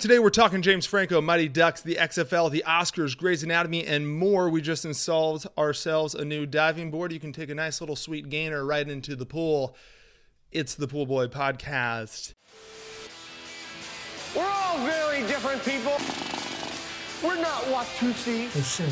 Today we're talking James Franco, Mighty Ducks, the XFL, the Oscars, Grey's Anatomy, and more. We just installed ourselves a new diving board. You can take a nice little sweet gainer right into the pool. It's the Pool Boy Podcast. We're all very different people. We're not Watusi. Listen.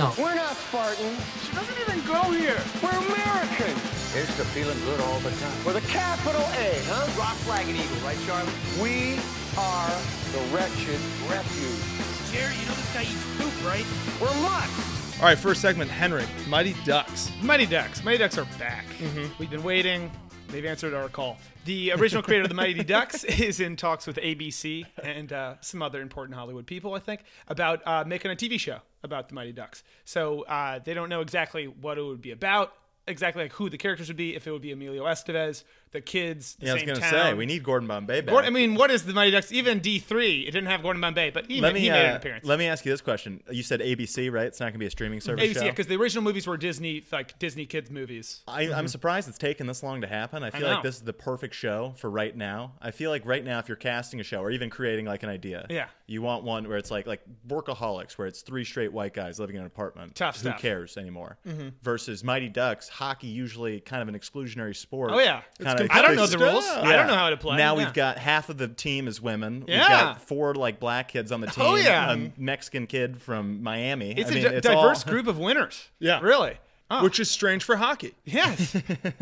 No. We're not Spartans. She doesn't even go here. We're American. It's the feeling good all the time. With a capital A, huh? Rock, flag, and eagle, right, Charlie? We are the wretched refuge. Jerry, you know this guy eats poop, right? We're mutts. All right, first segment, Henrik, Mighty Ducks. Mighty Ducks. Mighty Ducks are back. Mm-hmm. We've been waiting. They've answered our call. The original creator of the Mighty Ducks is in talks with ABC and uh, some other important Hollywood people, I think, about uh, making a TV show about the Mighty Ducks. So uh, they don't know exactly what it would be about, exactly like who the characters would be, if it would be Emilio Estevez, the kids, the Yeah, I was same going to town. say, we need Gordon Bombay back. Gordon- I mean, what is the Mighty Ducks? Even D3, it didn't have Gordon Bombay, but he, let ma- me, he made an uh, appearance. let me ask you this question. You said ABC, right? It's not going to be a streaming service ABC, show. yeah, because the original movies were Disney, like Disney kids movies. I, I'm surprised it's taken this long to happen. I feel Mm-hmm. know. like this is the perfect show for right now. I feel like right now, if you're casting a show or even creating like an idea, Yeah. you want one where it's like like workaholics, where it's three straight white guys living in an apartment. Tough Who stuff. Mm-hmm. cares anymore? Versus Mighty Ducks, hockey usually kind of an exclusionary sport. Oh, yeah. It's kind of completely I don't know the rules. I don't know how to play. Now Yeah. we've got half of the team is women. Yeah. We've got four like black kids on the team. Oh, yeah. a Mexican kid from Miami. It's I a mean, di- it's diverse all- group of winners. Yeah. Really? Oh, which is strange for hockey, yes.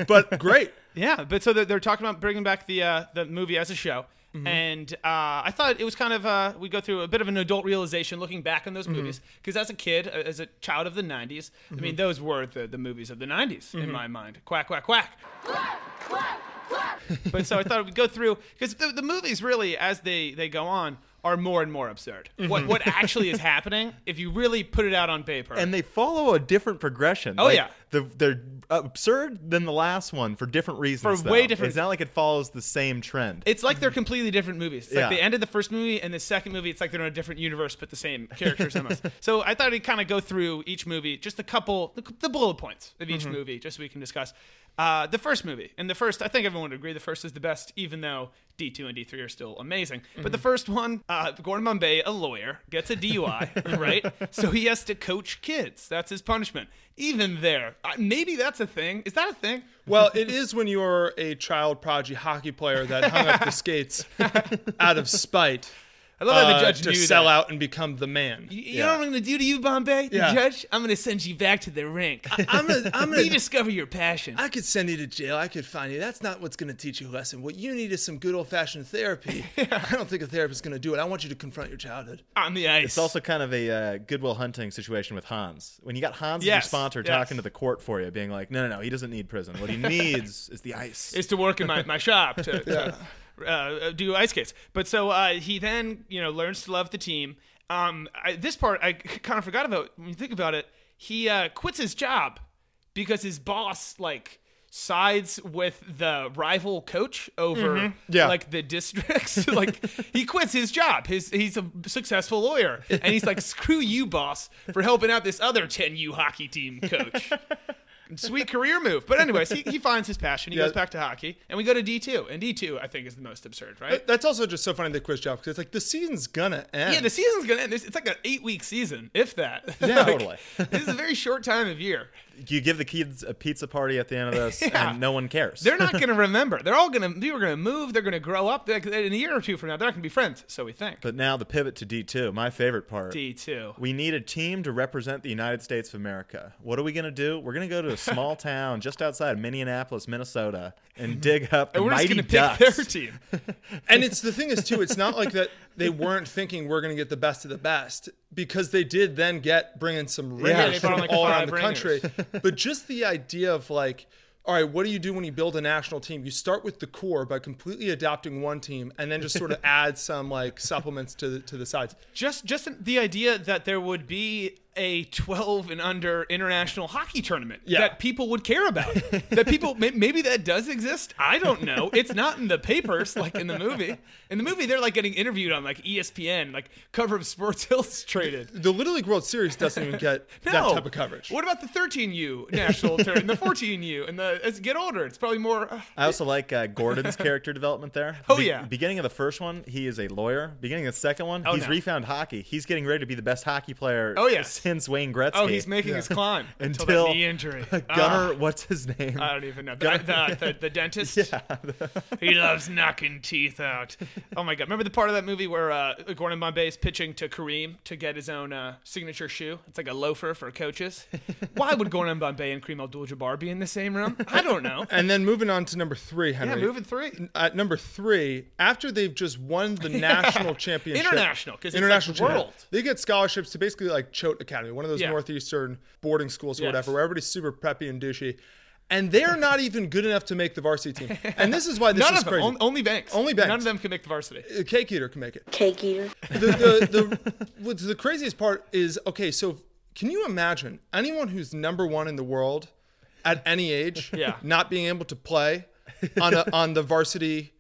but great. yeah. But so they're, they're talking about bringing back the, uh, the movie as a show. And uh, I thought it was kind of, uh, we go through a bit of an adult realization looking back on those movies. Because as a kid, a- as a child of the 90s, I mean, those were the, the movies of the 90s in my mind. Quack, quack, quack. but so I thought we'd go through because the, the movies really, as they they go on, are more and more absurd. What what actually is happening if you really put it out on paper? and they follow a different progression. Oh, Like, yeah. the, they're absurd than the last one for different reasons. For way though. different- It's not like it follows the same trend. it's like they're completely different movies. It's Mm-hmm. Yeah. like they ended the first movie and the second movie. It's like they're in a different universe, but the same characters almost. So I thought we'd kind of go through each movie, just a couple, the, the bullet points of Mm-hmm. each movie, just so we can discuss. Uh, the first movie, and the first, I think everyone would agree, the first is the best, even though D2 and D3 are still amazing. But the Mm-hmm. first one, uh, Gordon Bombay, a lawyer, gets a DUI, right? So he has to coach kids. That's his punishment. Even there, uh, maybe that's a thing. Is that a thing? well, it is when you're a child prodigy hockey player that hung up the skates out of spite I love how uh, the judge to knew sell that. out and become the man. You you know what I'm going to do to you, Bombay? The Yeah. judge? I'm going to send you back to the rink. I'm gonna, I'm gonna, Rediscover your passion. I could send you to jail. I could find you. That's not what's going to teach you a lesson. What you need is some good old fashioned therapy. I don't think a therapist is going to do it. I want you to confront your childhood. on the ice. It's also kind of a uh, Goodwill Hunting situation with Hans. When you got Hans Yes, as your sponsor yes. talking to the court for you, being like, "No, no, no, he doesn't need prison. What he needs is the ice." is to work in my, my shop to, to, uh, do ice skates. But so uh, he then, you know, learns to love the team. Um, I, this part I kind of forgot about when you think about it. He uh, quits his job because his boss, like, sides with the rival coach over Yeah. like the districts like he quits his job his he's a successful lawyer and he's like screw you boss for helping out this other 10u hockey team coach sweet career move. But anyways, he, he finds his passion. He Yeah. goes back to hockey, and we go to D two, and D two I think is the most absurd, right? That's also just so funny the quiz job because it's like the season's gonna end. yeah, the season's gonna end. It's it's like an eight week season, if that. Yeah, Like, totally. this is a very short time of year. you give the kids a pizza party at the end of this, Yeah. and no one cares. They're not gonna remember. They're all gonna people are gonna move. They're gonna grow up. They're, in a year or two from now, they're not gonna be friends. So we think. but now the pivot to D two, my favorite part. D two. We need a team to represent the United States of America. What are we going to do? We're going to go to a small town just outside of Minneapolis, Minnesota, and dig up the We're just mighty gonna ducks. pick their team. and it's the thing is too it's not like that they weren't thinking we're going to get the best of the best because they did then get bringing some Yeah, ringers they brought from like all five around the country ringers. but just the idea of like all right what do you do when you build a national team you start with the core by completely adopting one team and then just sort of add some like supplements to the, to the sides Just just the idea that there would be a 12 and under international hockey tournament Yeah. that people would care about. that people may- maybe that does exist. I don't know. It's not in the papers like in the movie. In the movie, they're like getting interviewed on like E ESPN, like cover of Sports Illustrated. The Little League World Series doesn't even get that No. type of coverage. What about the 13U national tournament, the 14U, and the as you get older, it's probably more. Uh, I also like uh, Gordon's character development there. Oh, yeah. Beginning of the first one, he is a lawyer. Beginning of the second one, Oh, he's no. refound hockey. He's getting ready to be the best hockey player Oh, yeah. since Wayne Gretzky. oh, he's making his climb until, Until- that knee injury. Ah, Gunner, what's his name? I don't even know. The, the, the, the dentist. he loves knocking teeth out. Oh my god! Remember the part of that movie where uh, Gordon Bombay is pitching to Kareem to get his own uh, signature shoe? It's like a loafer for coaches. Why would Gordon Bombay and Kareem Abdul-Jabbar be in the same room? I don't know. And then moving on to number three, Henry. Yeah, moving three. At number three, after they've just won the national championship, International, 'cause it's like world. they get scholarships to basically like Choate Academy, one of those Yeah. northeastern boarding schools or Yes. whatever, where everybody's super preppy and douchey, and they're not even good enough to make the varsity team. And this is why this None is of them. crazy. on- Only Banks. Only Banks. None of them can make the varsity. Uh, Cake eater can make it. cake eater. the, the, the, what's the craziest part is okay, so can you imagine anyone who's number one in the world at any age Yeah. not being able to play on, a, on the varsity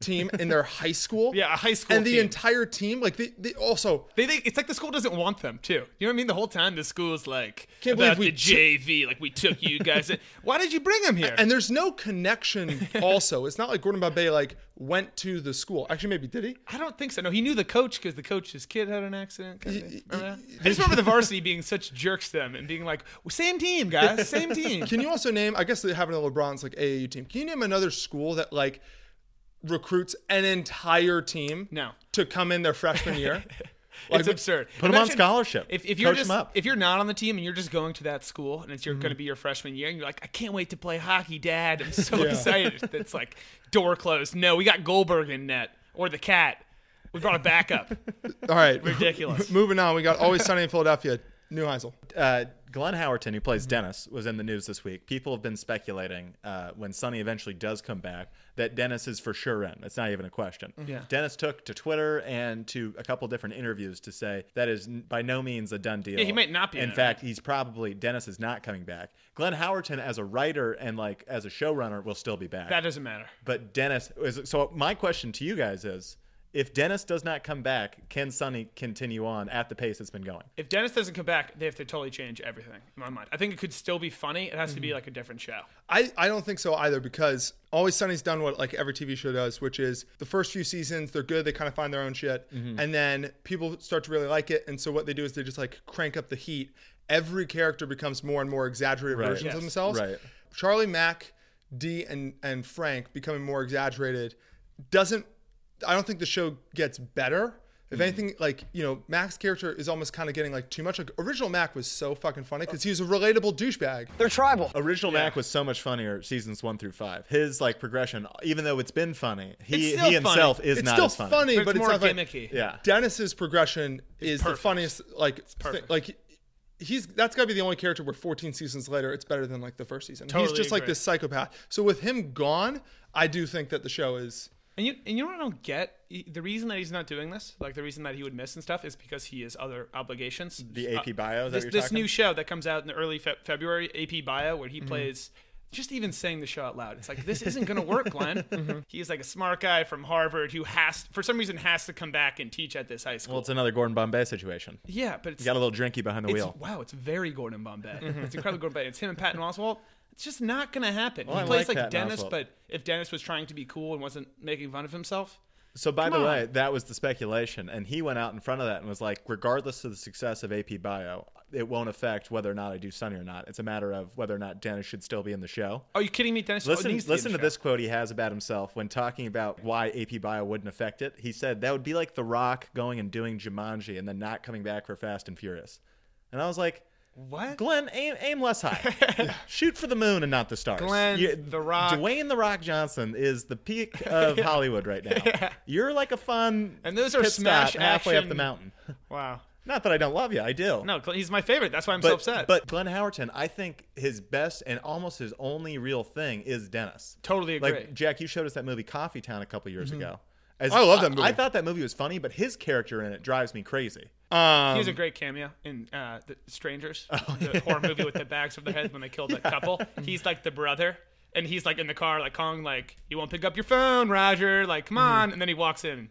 team in their high school? Yeah, a high school And the team. entire team, like, they, they also, They think it's like the school doesn't want them to. You know what I mean? The whole time the school's like Can't believe about we the JV, like we took you guys. in. Why did you bring them here? and there's no connection also. It's not like Gordon Bombay, like, went to the school. Actually, maybe did he? I don't think so. No, he knew the coach because the coach's kid had an accident. kinda thing. Remember that? I just remember the varsity being such jerks to them and being like, "Well, "Same team, guys, same team." Can you also name? I guess they have a LeBron's like AAU team. Can you name another school that like recruits an entire team? No. To come in their freshman year. it's absurd. Put 'em on scholarship. If, if you're Coach 'em just up. Mm-hmm. if you're not on the team and you're just going to that school and it's your going to be your freshman year and you're like, I can't wait to play hockey, Dad. I'm so excited. That's like door closed. No, we got Goldberg in net or the cat. We brought a backup. All right. Ridiculous. Moving on, we got Always Sunny in Philadelphia. New Heisel. uh, Glenn Howerton, who Mm-hmm. plays Dennis, was in the news this week. People have been speculating uh, when Sonny eventually does come back that Dennis is for sure in. It's not even a question. Mm-hmm. Yeah. Dennis took to Twitter and to a couple different interviews to say that is n- by no means a done deal. Yeah, he might not be In in it, fact, he's probably Dennis is not coming back. Glenn Howerton, as a writer and like as a showrunner, will still be back. That doesn't matter. But Dennis is so my question to you guys is if Dennis does not come back, can Sonny continue on at the pace it's been going? If Dennis doesn't come back, they have to totally change everything in my mind. I think it could still be funny. It has to be Mm-hmm. like a different show. I, I don't think so either because Always Sunny's done what like every TV show does, which is the first few seasons they're good, they kind of find their own shit, Mm-hmm. and then people start to really like it, and so what they do is they just like crank up the heat. Every character becomes more and more exaggerated Right. versions of Yes. themselves. Right. Charlie Mack, D, and and Frank becoming more exaggerated doesn't. I don't think the show gets better. If Mm. anything, like you know, Mac's character is almost kind of getting like too much. Like original Mac was so fucking funny because he was a relatable douchebag. They're tribal. Original Mac was so much funnier seasons one through five. His like progression, even though it's been funny, he, It's still he himself funny. is it's not still as funny. funny, But but, it's more not funny. gimmicky. Yeah. Dennis's progression is the perfect. funniest. Like, perfect. thi- like he's that's got to be the only character where 14 seasons later it's better than like the first season. he's Totally just like agree. this psychopath. So with him gone, I do think that the show is And you and you know what I don't get? He- The reason that he's not doing this, like the reason that he would miss and stuff, is because he has other obligations. uh, The AP bio, this is that what you're this talking? Mm-hmm. new show that comes out in the early Fe- February, AP Bio, where he plays. Just even saying the show out loud, it's like this isn't going to work, Glenn. Mm-hmm. He's like a smart guy from Harvard who has, for some reason, has to come back and teach at this high school. Well, it's another Gordon Bombay situation. He yeah, but it's got a little drinky behind the it's- wheel. Mm-hmm. wow, it's very Gordon Bombay. It's incredibly Gordon Bombay. It's him and Patton Oswalt. It's just not going to happen. Oh, I he plays like like, Patton Dennis, Oswalt. but if Dennis was trying to be cool and wasn't making fun of himself, So by the on. way, that was the speculation, and he went out in front of that and was like, regardless of the success of AP Bio, it won't affect whether or not I do Sunny or not. It's a matter of whether or not Dennis should still be in the show. are you kidding me, Dennis? Listen, needs be in listen the to show. this quote he has about himself when talking about why AP Bio wouldn't affect it. He said that would be like The Rock going and doing Jumanji and then not coming back for Fast and Furious. And I was like, What? Glenn, aim, aim less high. Shoot for the moon and not the stars. Glenn, The Rock- Dwayne The Rock Johnson is the peak of Hollywood right now. You're like a fun And those are pit smash stop halfway up action- the mountain. Wow. Not that I don't love you, I do. No, Clint- he's my favorite. That's why I'm But, so upset. but Glenn Howerton, I think his best and almost his only real thing is Dennis. Totally agree. Mm-hmm. Like Jack, you showed us that movie Coffee Town a couple years ago. As- Oh, I love that movie. I, thought that movie was funny, but his character in it drives me crazy. he um, was a great cameo in uh, the Strangers, Oh, the horror movie with the bags over their heads when they killed that couple. Mm-hmm. He's like the brother, and he's like in the car, like calling, like you won't pick up your phone, Roger. Like come Mm-hmm. on, and then he walks in, and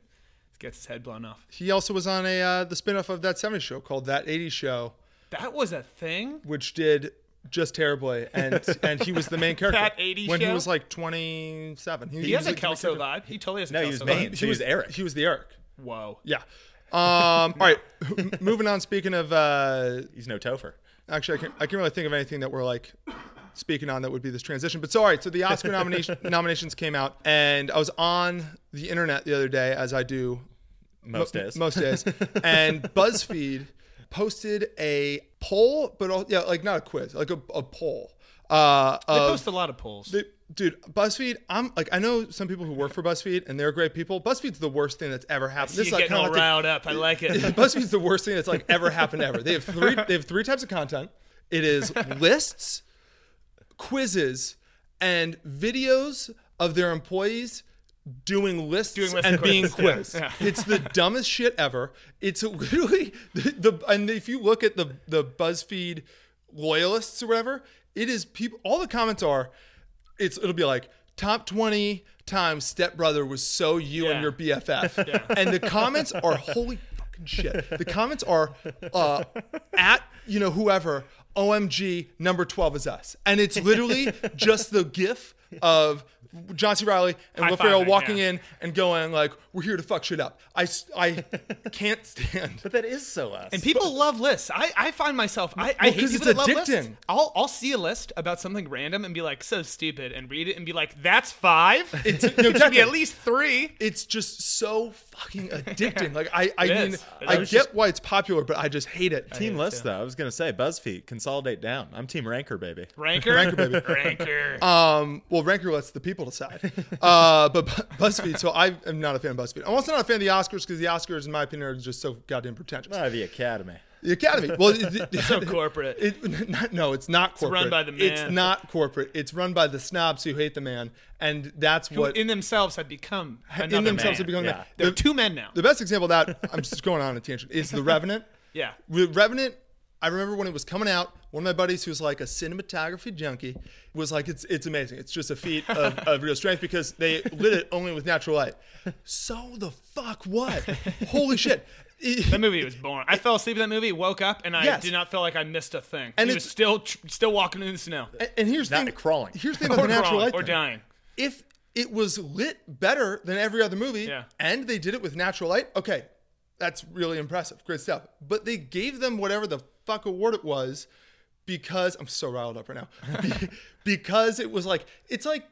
gets his head blown off. He also was on a uh, the spinoff of that 70s show called That 80s Show, That was a thing. which did just terribly, and and he was the main character. That 80s when he show? was like 27. He, He has a like, the main Kelso character. vibe. He totally has a No, he Kelso was vibe. Maine. so he was Eric. He was the Eric. Whoa. Yeah. Um, all right. Moving on. Speaking of, uh, He's no Topher. actually, I can't, I can't really think of anything that we're like speaking on that would be this transition. But so, all right. So the Oscar nomination nominations came out, and I was on the internet the other day, as I do Most Mo- days. Most days. and BuzzFeed posted a poll, but al- yeah, like not a quiz, like a, a poll. Uh, They of- post a lot of polls. they- dude, BuzzFeed. I'm like, I know some people who work for BuzzFeed, and they're great people. BuzzFeed's the worst thing that's ever happened. You're is, like, getting all kinda like the- riled up. I like it. BuzzFeed's the worst thing that's like ever happened ever. They have three. They have three types of content. It is lists, quizzes, and videos of their employees doing lists Doing lists and and being quizzes, quizzed. yeah. It's the dumbest shit ever. It's literally the, the and if you look at the the BuzzFeed loyalists or whatever, it is people. All the comments are, it's it'll be like top twenty times stepbrother was so you and Yeah. your BFF, and the comments are holy fucking shit. The comments are uh, at you know whoever OMG number twelve is us, and it's literally just the gif of John C. Riley and Will Ferrell High-fiving, walking yeah. in and going like, "We're here to fuck shit up." I s- I can't stand. But that is so us. And people love lists. I, I find myself I, I hate 'cause people it's that love lists. addicting. I'll I'll see a list about something random and be like so stupid and read it and be like that's five. It's, It no, should be definitely. at least three. it's just so fucking addicting. Like I, I It mean, is. I I get was why it's popular, but I just hate it. Team list though. I was gonna say BuzzFeed consolidate down. I'm Team Ranker, baby. Ranker, Ranker, baby. Uh, Ranker. Well, Ranker lets the people decide. Uh, but Bu- BuzzFeed, so I am not a fan of BuzzFeed. I'm also not a fan of the Oscars because the Oscars, in my opinion, are just so goddamn pretentious. Ah, the Academy. The Academy. Well, it, so corporate. It, not, no, it's not corporate. run by the It's man. not corporate. It's run by the snobs who hate the man, and that's Who what in themselves have become another in themselves man. have become. Yeah. man. They're The- two men now. The best example of that, I'm just going on a tangent, is The Revenant. Yeah. The Revenant, I remember when it was coming out, one of my buddies who's like a cinematography junkie was like, it's it's amazing. It's just a feat of, of real strength because they lit it only with natural light. So the fuck what? Holy shit. That movie was born. I fell asleep in that movie, woke up, and I Yes. did not feel like I missed a thing. And And it it's- was still tr- still walking in the snow And- And here's the Not thing, crawling. Here's the thing about or the natural crawling light. or thing. dying. If it was lit better than every other movie Yeah. and they did it with natural light, okay, that's really impressive. Great stuff. But they gave them whatever the fuck award it was because I'm so riled up right now. Be- because it was like, it's like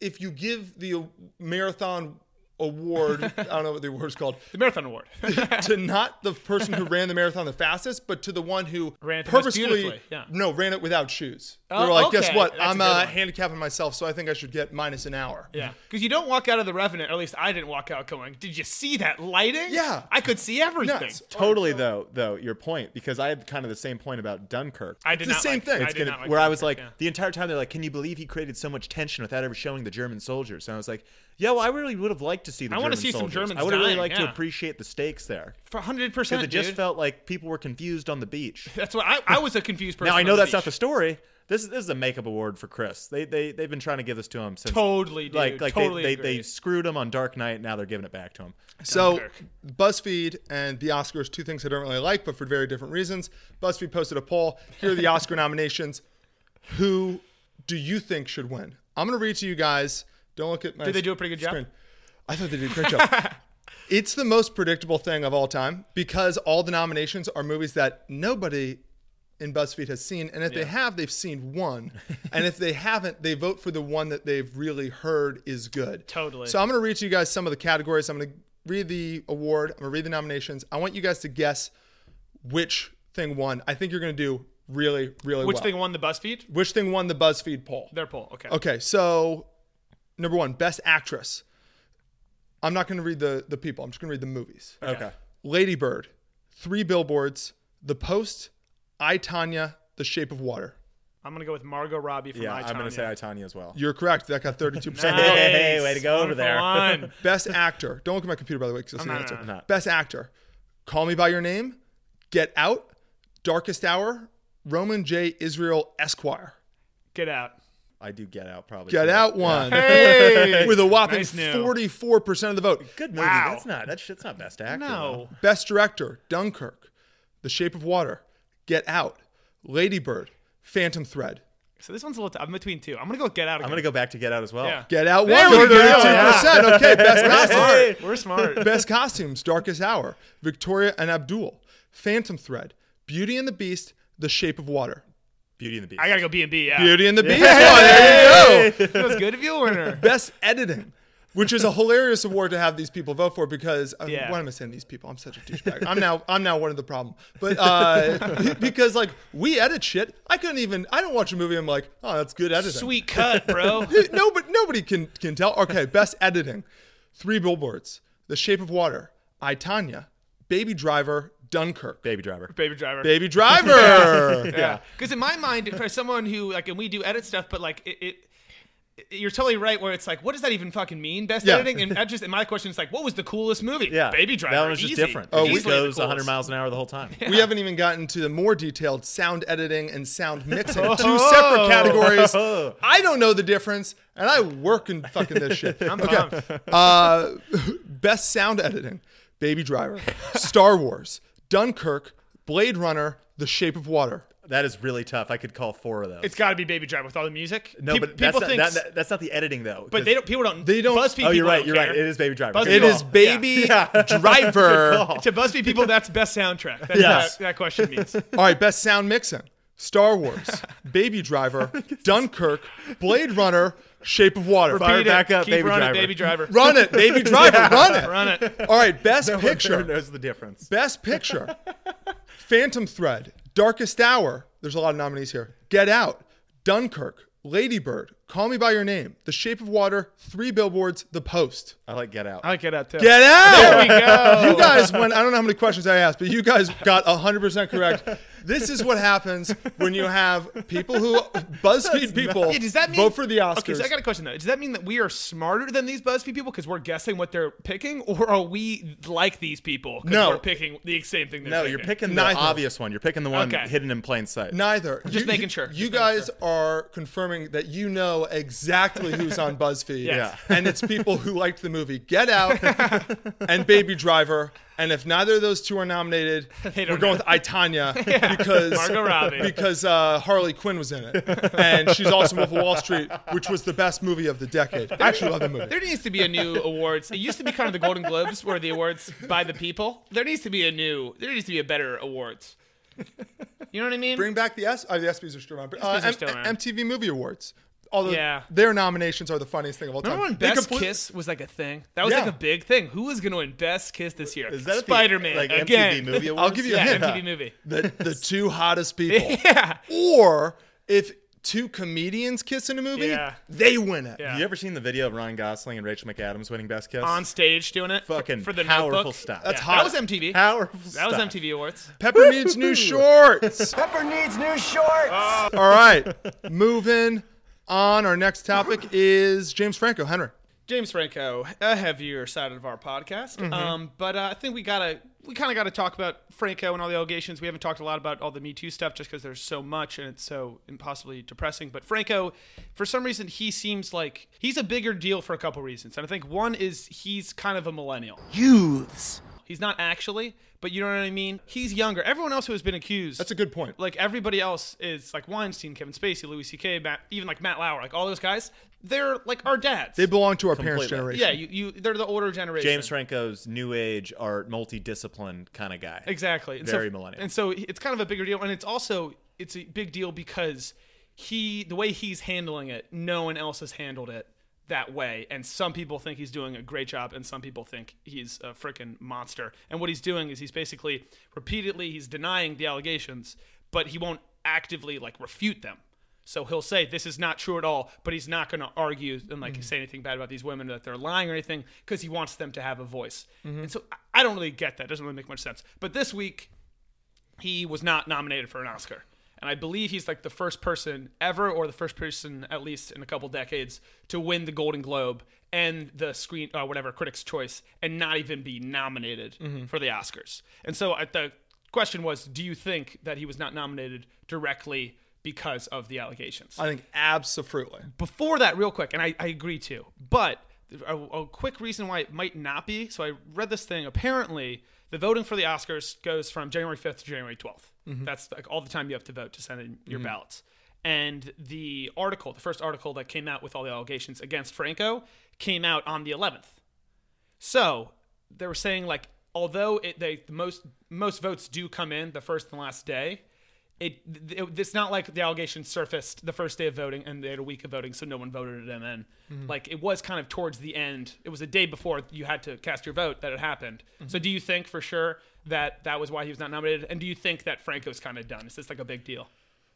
if you give the marathon award, I don't know what the award's called, The Marathon Award. to not the person who ran the marathon the fastest, but to the one who Ran it the most purposefully beautifully, yeah. no ran it without shoes. they Oh, were like, guess okay. what? That's a I'm good uh, one." handicapping myself, so I think I should get minus an hour. Yeah, because you don't walk out of the Revenant, or at least I didn't walk out going, "Did you see that lighting? Yeah. I could see everything." nuts. Totally though, though your point because I had kind of the same point about Dunkirk. I did the not same like- thing. I It's did gonna- not where I that was character, like yeah. the entire time they're like, "Can you believe he created so much tension without ever showing the German soldiers?" And I was like, "Yeah, well, I really would have liked to see the. I want wanna to see some Germans I would have really dying, liked to yeah. appreciate the stakes there for hundred because percent, it just felt like people were confused on the beach. That's what I, I was a confused person. now I on know that's not the beach. story. This is this is a makeup award for Chris. They they they've been trying to give this to him since Totally, dude. like like they- totally they, agree. they screwed him on Dark Knight. Now they're giving it back to him. So Dunkirk. BuzzFeed and the Oscars, two things I don't really like, but for very different reasons. BuzzFeed posted a poll. Here are the Oscar nominations. Who do you think should win? I'm gonna read to you guys. Don't look at my Did they do a pretty good job? screen. I thought they did a great job. It's the most predictable thing of all time because all the nominations are movies that nobody in BuzzFeed has seen. And if they have, they've seen one. and if they haven't, they vote for the one that they've really heard is good. Totally. So I'm going to read to you guys some of the categories. I'm going to read the award. I'm going to read the nominations. I want you guys to guess which thing won. I think you're going to do really, really Which well. thing won the BuzzFeed? which thing won the BuzzFeed poll? Their poll. Okay. Okay, so number one, best actress. I'm not going to read the the people. I'm just going to read the movies. Okay. Lady Bird, Three Billboards, The Post, I Tanya, The Shape of Water. I'm gonna go with Margot Robbie from Yeah, I, I'm going Tonya. to say I, Tanya, as well. You're correct. That got 32%. Nice. Hey, way to go over Wonderful there. line. Best actor. Don't look at my computer, by the way, because I'll see the not, answer. I'm not. Best actor. Call Me By Your Name, Get Out, Darkest Hour, Roman J. Israel Esquire. Get out. I do Get Out, probably. Get too. Out one. Hey, With a whopping Nice new. 44% of the vote. Good movie. That's not, that shit's not best actor. no. Best director, Dunkirk, The Shape of Water, Get Out, Lady Bird, Phantom Thread. So this one's a little. T- I'm between two. I'm gonna go get out. I'm Again. going to go back to Get Out as well. Yeah. Get Out There one. we go. 32%. Okay, best costume. We're smart. We're smart. Best costumes: Darkest Hour, Victoria and Abdul, Phantom Thread, Beauty and the Beast, The Shape of Water. Beauty and the Beast. I gotta go B and B. Yeah, Beauty and the Beast. Oh, there you go. feels good to be a winner. Best editing, which is a hilarious award to have these people vote for because uh, Yeah. why am I saying these people? I'm such a douchebag. I'm now I'm now one of the problem. But uh, because like we edit shit, I couldn't even. I don't watch a movie. I'm like, oh, that's good editing. Sweet cut, bro. no, but nobody can can tell. Okay, best editing: Three Billboards, The Shape of Water, I Tanya, Baby Driver, Dunkirk. Baby Driver. Baby driver. Baby Driver. Yeah. Because in my mind, for someone who like, and we do edit stuff, but like it. it you're totally right. Where it's like, what does that even fucking mean? Best Yeah. editing, and that just in my question is like, what was the coolest movie? Yeah. Baby Driver. That one was just Easy. different. Oh, Oh, we- it Easily the goes 100 coolest. miles an hour the whole time. We haven't even gotten to the more detailed sound editing and sound mixing. Two separate categories. I don't know the difference, and I work in fucking this shit. I'm pumped. Uh, best sound editing: Baby Driver, Star Wars, Dunkirk, Blade Runner, The Shape of Water. That is really tough. I could call four of those. It's got to be Baby Driver with all the music. no, Pe- but that's people not, think, that, that- that's not the editing though. but they don't. People don't. They don't- BuzzFeed. Oh, you're people right. don't You're right. care. It is Baby Driver. Buzzfeed Good It call. is Baby Driver. To BuzzFeed people, that's best soundtrack. That's Yes. what that, that question means. All right, best sound mixing: Star Wars, Baby Driver, Dunkirk, Blade Runner, Shape of Water. Beat it. back up, Keep Baby running, Driver. Baby Driver. Run it, Baby Driver, run it. Run it. All right, best Everyone picture, knows the difference. best picture, Phantom Thread, Darkest Hour. There's a lot of nominees here. Get Out, Dunkirk, Ladybird, Call Me by Your Name, The Shape of Water, Three Billboards, The Post. I like Get Out. I like it out too. Get There we Out. go. You guys went. I don't know how many questions I asked, but you guys got 100% correct. This is what happens when you have people who BuzzFeed people Yeah, does that mean vote for the Oscars. Okay, so I got a question though. Does that mean that we are smarter than these BuzzFeed people because we're guessing what they're picking, or are we like these people because No. we're picking the same thing? They're no, you're picking the Neither. obvious one. You're picking the one Okay. hidden in plain sight. Neither. Just making sure. You Just making guys are confirming that you know exactly who's on BuzzFeed. Yes. And it's people who liked the movie Get Out and Baby Driver. And if neither of those two are nominated, They we're don't going know. with I Tanya because Margot Robbie. because uh, Harley Quinn was in it, and she's also Wolf of Wall Street, which was the best movie of the decade. I actually love the movie. There needs to be a new awards. It used to be kind of the Golden Globes, where the awards by the people. There needs to be a new. There needs to be a better awards. You know what I mean? Bring back the S. Oh, the ESPYS are still around. But, uh, ESPYs are still M- around. MTV Movie Awards. Although Yeah. their nominations are the funniest thing of all time. Remember when They Best completely- Kiss was like a thing? That was Yeah. like a big thing. Who was going to win Best Kiss this year? Is that at the, Spider-Man like, again? MTV Movie Awards? I'll give you a yeah, hint. MTV movie. the the two hottest people. Yeah. Or if two comedians kiss in a movie, Yeah. they win it. Yeah. Have you ever seen the video of Ryan Gosling and Rachel McAdams winning Best Kiss? On stage doing it Fucking for the powerful notebook. stuff. That's Yeah, hot. That was MTV. Powerful That was stuff. MTV Awards. Pepper needs new shorts. Pepper needs new shorts. Oh. All right, moving on. Our next topic is James Franco. Henry, James Franco, a heavier side of our podcast, Mm-hmm. um, but uh, I think we gotta we kind of gotta talk about Franco and all the allegations. We haven't talked a lot about all the Me Too stuff just because there's so much and it's so impossibly depressing. But Franco, for some reason, he seems like he's a bigger deal for a couple reasons, and I think one is he's kind of a millennial. Youths. He's not actually, but you know what I mean. He's younger. Everyone else who has been accused. that's a good point. like everybody else is like Weinstein, Kevin Spacey, Louis C.K., Matt, even like Matt Lauer, like all those guys. They're like our dads. They belong to our parents' Completely. generation. Yeah, you, you they're the older generation. James Franco's new age art, multi-discipline kind of guy. Exactly. And Very so, millennial. And so it's kind of a bigger deal and it's also it's a big deal because he the way he's handling it, no one else has handled it that way and some people think he's doing a great job and some people think he's a freaking monster. And what he's doing is he's basically repeatedly he's denying the allegations, but he won't actively like refute them. So he'll say this is not true at all, but he's not going to argue and like say anything bad about these women that they're lying or anything because he wants them to have a voice. And so I- I don't really get that. Doesn't really make much sense. But this week he was not nominated for an Oscar, and I believe he's like the first person ever, or the first person at least in a couple decades, to win the Golden Globe and the screen, uh, whatever Critics' Choice, and not even be nominated for the Oscars. And so I, the question was, do you think that he was not nominated directly because of the allegations? I think absolutely. before that, real quick, and I, I agree too, but a, a quick reason why it might not be. So I read this thing. Apparently, the voting for the Oscars goes from January 5th to January 12th. That's like all the time you have to vote to send in your ballots. And the article, the first article that came out with all the allegations against Franco, came out on the 11th. So they were saying like, although it, they the most most votes do come in the first and last day, it, th- it- it's not like the allegation surfaced the first day of voting and they had a week of voting, so no one voted it in. Mm-hmm. Like it was kind of towards the end. It was a day before you had to cast your vote that it happened. Mm-hmm. So do you think for sure that that was why he was not nominated? And do you think that Franco's kind of done? Is this like a big deal?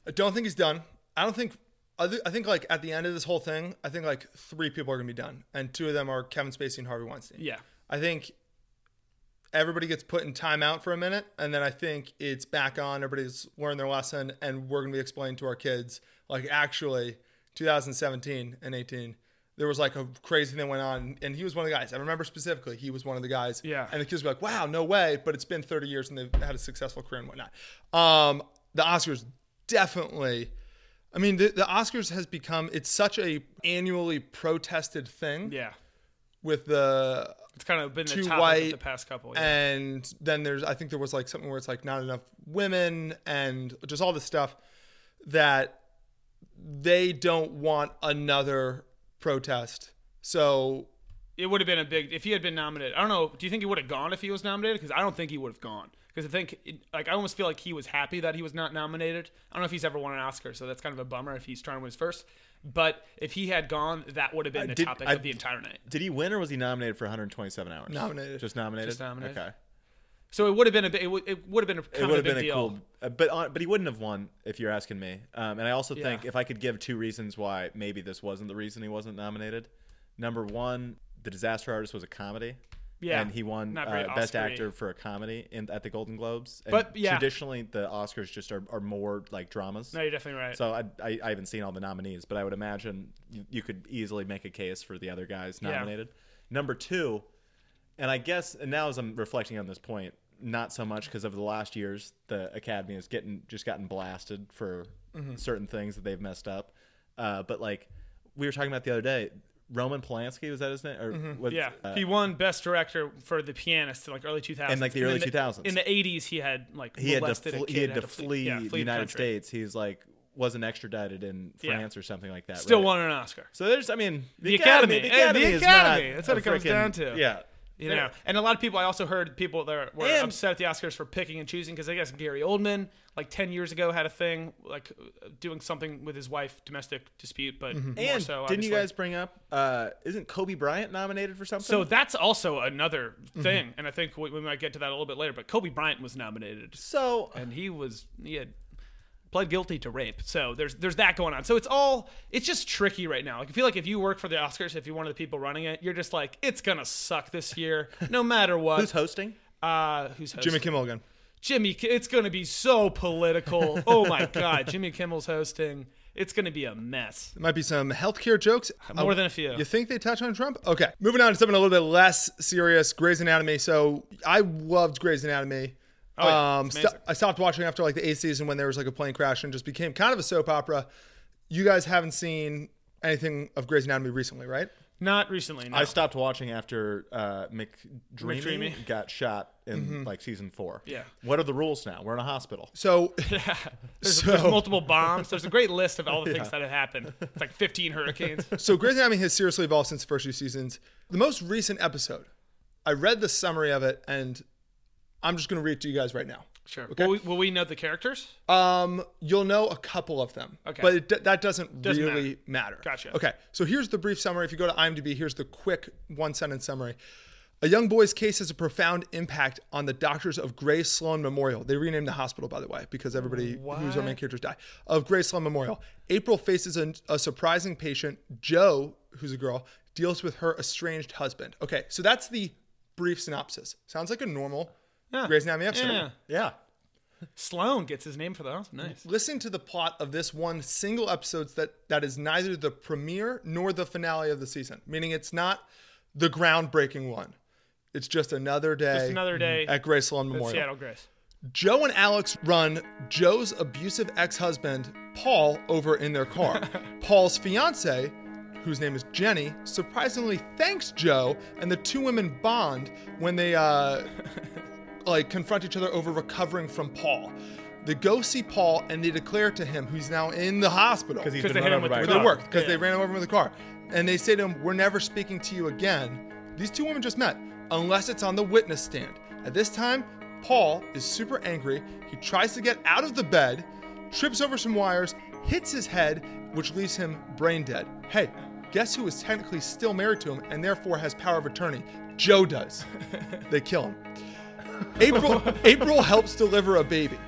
I don't think he's done. I don't think. I, th- I think like at the end of this whole thing, I think like three people are gonna be done, and two of them are Kevin Spacey and Harvey Weinstein. Yeah. I think everybody gets put in timeout for a minute, and then I think it's back on. Everybody's learned their lesson, and we're gonna be explaining to our kids like actually 2017 and 18. There was like a crazy thing went on, and he was one of the guys. I remember specifically, he was one of the guys. Yeah. And the kids were like, "Wow, no way!" But it's been 30 years, and they've had a successful career and whatnot. Um, the Oscars definitely. I mean, the, the Oscars has become it's such a annually protested thing Yeah. with the It's kind of been the Too topic white of the past couple. Yeah. and then there's I think there was like something where it's like not enough women and just all this stuff that they don't want another protest. So it would have been a big if he had been nominated. I don't know. Do you think he would have gone if he was nominated? Because I don't think he would have gone. Because I think it- like I almost feel like he was happy that he was not nominated. I don't know if he's ever won an Oscar, so that's kind of a bummer if he's trying to win his first. But if he had gone, that would have been the did- topic I- of the entire night. Did he win or was he nominated for 127 hours? Nominated. Just nominated. Just nominated. Okay. So it would have been a bi- it would, it would have been a kind it of would a have big been a deal. cool, uh, but on, but he wouldn't have won if you're asking me. Um, and I also think Yeah. if I could give two reasons why maybe this wasn't the reason he wasn't nominated. Number one, The Disaster Artist was a comedy. Yeah. and he won Not very uh, Best Oscar-y. Actor for a comedy in, at the Golden Globes. And But, yeah. traditionally the Oscars just are, are more like dramas. No, you're definitely right. So I, I, I haven't seen all the nominees, but I would imagine you, you could easily make a case for the other guys nominated. Number two, and I guess and now as I'm reflecting on this point, not so much because over the last years the Academy has getting just gotten blasted for Mm-hmm. certain things that they've messed up. Uh, but like we were talking about the other day, Roman Polanski was that his name? Or was, Mm-hmm. yeah, uh, he won Best Director for The Pianist in like early 2000s. In, like, the And in early 2000s. In the 80s, he had like he had to molested a fl- kid he had and to flee, yeah, the United country. States. He's like wasn't extradited in Yeah. France or something like that. Still right? won an Oscar. So there's, I mean, The Academy. Hey, the is Academy. not That's what a it comes frickin- down to. Yeah. You know, and a lot of people. I also heard people that were And- upset at the Oscars for picking and choosing because I guess Gary Oldman, like ten years ago, had a thing like uh, doing something with his wife, domestic dispute, but more Mm-hmm. And so. didn't you obviously. guys bring up? Uh, isn't Kobe Bryant nominated for something? So that's also another Mm-hmm. thing, and I think we, we might get to that a little bit later. But Kobe Bryant was nominated, so and he was he had pled guilty to rape. So there's there's that going on. So it's all it's just tricky right now. Like, I feel like if you work for the Oscars, if you're one of the people running it, you're just like it's gonna suck this year, no matter what. who's hosting? uh, who's hosting? Jimmy Kimmel again. Jimmy, Ki- it's going to be so political. Oh my God, Jimmy Kimmel's hosting. It's going to be a mess. There might be some healthcare jokes. More Uh, than a few. You think they touch on Trump? Okay. Moving on to something a little bit less serious, Grey's Anatomy. So I loved Grey's Anatomy. Oh, yeah. um, It's sto- amazing. I stopped watching after like the eighth season when there was like a plane crash and just became kind of a soap opera. You guys haven't seen anything of Grey's Anatomy recently, right? Not recently. No. I stopped watching after uh, McDreamy, McDreamy. Mm-hmm. got shot in like season four. Yeah. What are the rules now? We're in a hospital. So there's, so- there's multiple bombs. There's a great list of all the things that have happened. It's like 15 hurricanes. so Grey's Anatomy has seriously evolved since the first few seasons. The most recent episode, I read the summary of it, and I'm just going to read it to you guys right now. Sure. Will, we, will we know the characters? Um, you'll know a couple of them. Okay. But it, that doesn't, Doesn't really matter. Gotcha. Okay. So here's the brief summary. If you go to IMDb, here's the quick one sentence summary. A young boy's case has a profound impact on the doctors of Gray Sloan Memorial. They renamed the hospital, by the way, because everybody who's our main characters die. Of Gray Sloan Memorial. April faces a, a surprising patient. Joe, who's a girl, deals with her estranged husband. Okay. So that's the brief synopsis. Sounds like a normal Grey's Anatomy episode. Yeah. Yeah. Sloan gets his name for the house. Nice. Listen to the plot of this one single episode that that is neither the premiere nor the finale of the season, meaning it's not the groundbreaking one. It's just another day. Just another day at Graceland at Memorial. Seattle Grace. Joe and Alex run Joe's abusive ex-husband Paul over in their car. Paul's fiance, whose name is Jenny, surprisingly thanks Joe, and the two women bond when they uh, like confront each other over recovering from Paul. They go see Paul and they declare to him, who's now in the hospital, because he's 'Cause they been hit run him over where with the by a they car. car. worked because Yeah. they ran him over with a car. And they say to him, We're never speaking to you again. These two women just met, unless it's on the witness stand. At this time, Paul is super angry. He tries to get out of the bed, trips over some wires, hits his head, which leaves him brain dead. Hey, guess who is technically still married to him and therefore has power of attorney? Joe does. they kill him. April, April helps deliver a baby,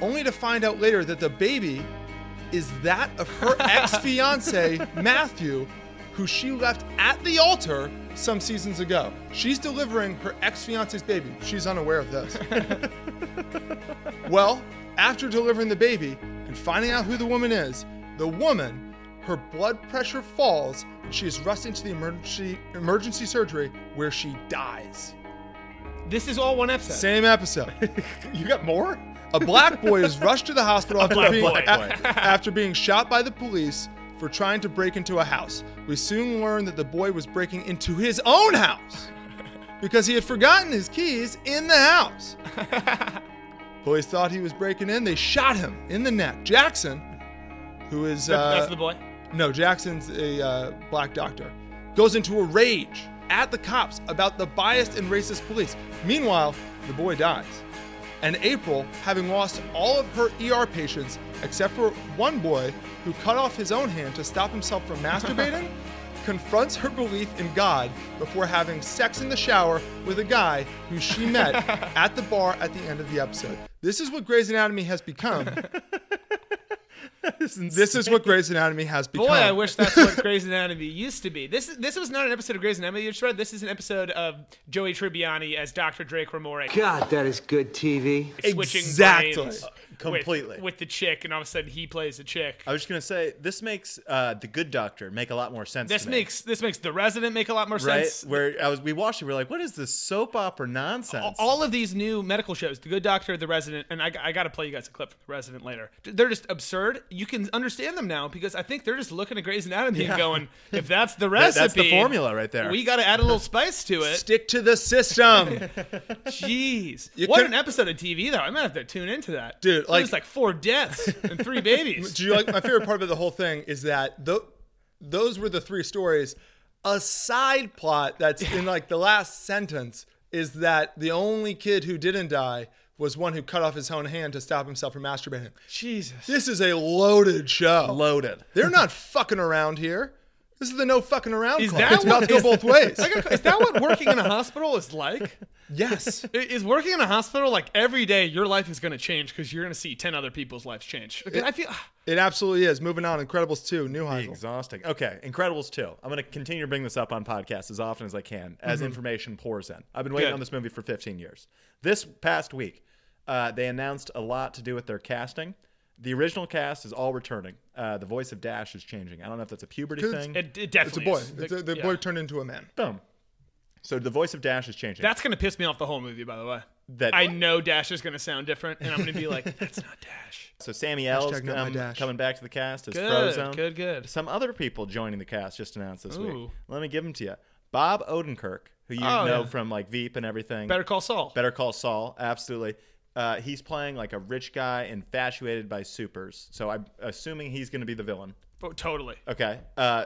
only to find out later that the baby is that of her ex fiance, Matthew, who she left at the altar some seasons ago. She's delivering her ex fiance's baby. She's unaware of this. well, after delivering the baby and finding out who the woman is, the woman, her blood pressure falls and she is rushed into the emergency, emergency surgery where she dies. This is all one episode. Same episode. You got more? A black boy is rushed to the hospital after black being, boy. a- after being shot by the police for trying to break into a house. We soon learn that the boy was breaking into his own house because he had forgotten his keys in the house. police thought he was breaking in. They shot him in the neck. Jackson, who is uh, That's the boy. no, Jackson's a uh, black doctor. Goes into a rage at the cops about the biased and racist police. Meanwhile, the boy dies. And April, having lost all of her ER patients except for one boy who cut off his own hand to stop himself from masturbating, confronts her belief in God before having sex in the shower with a guy who she met at the bar at the end of the episode. This is what Grey's Anatomy has become. This is what Grey's Anatomy has become. Boy, I wish that's what Grey's Anatomy used to be. This is this was not an episode of Grey's Anatomy you just read. This is an episode of Joey Tribbiani as Dr. Drake Ramore God, that is good TV. switching Exactly. brains Uh, with- completely. with, the chick, and all of a sudden he plays the chick. I was just gonna say this makes uh, the Good Doctor make a lot more sense. This to me, makes this makes the resident make a lot more right sense. where I was. We watched it. We are like, what is this soap opera nonsense? all of these new medical shows, The Good Doctor, The Resident, and I, I got to play you guys a clip from The Resident later. They're just absurd. You can understand them now because I think they're just looking at Grey's Anatomy and going, if that's the recipe, that's the formula right there. We got to add a little spice to it. Stick to the system. Jeez, what could- an episode of TV though. I might have to tune into that, Dude, It like- was like four deaths and three babies. Do you like my favorite part about the whole thing is that tho- those were the three stories. A side plot that's in like the last sentence is that the only kid who didn't die was one who cut off his own hand to stop himself from masturbating. Jesus, This is a loaded show. loaded. They're not fucking around here. This is the no fucking around Is club. that it's about what- to go both ways. I gotta- is that what working in a hospital is like? yes. I- Is working in a hospital like every day your life is going to change because you're going to see ten other people's lives change? Like, I feel. It absolutely is. Moving on, Incredibles 2, New Heisel. Exhausting. Okay, Incredibles 2. I'm going to continue to bring this up on podcasts as often as I can as information pours in. I've been waiting Mm-hmm. Good. on this movie for 15 years. This past week, uh, they announced a lot to do with their casting. The original cast is all returning. Uh, the voice of Dash is changing. I don't know if that's a puberty Because It, thing. It's it a definitely boy. is. It's a, the yeah. boy turned into a man. Boom. So the voice of Dash is changing. That's gonna piss me off the whole movie, by the way. That- I know Dash is gonna sound different, and I'm gonna be like, "That's not Dash." so Sammy L's Hashtag not my um, Dash. coming back to the cast as Good, Frozone. good, good. Some other people joining the cast just announced this week. Ooh. Let me give them to you. Bob Odenkirk, who you Oh, know yeah. from like Veep and everything. Better Call Saul. Better Call Saul, absolutely. Uh, he's playing like a rich guy infatuated by supers, so I'm assuming he's going to be the villain. Oh, totally. Okay. Uh,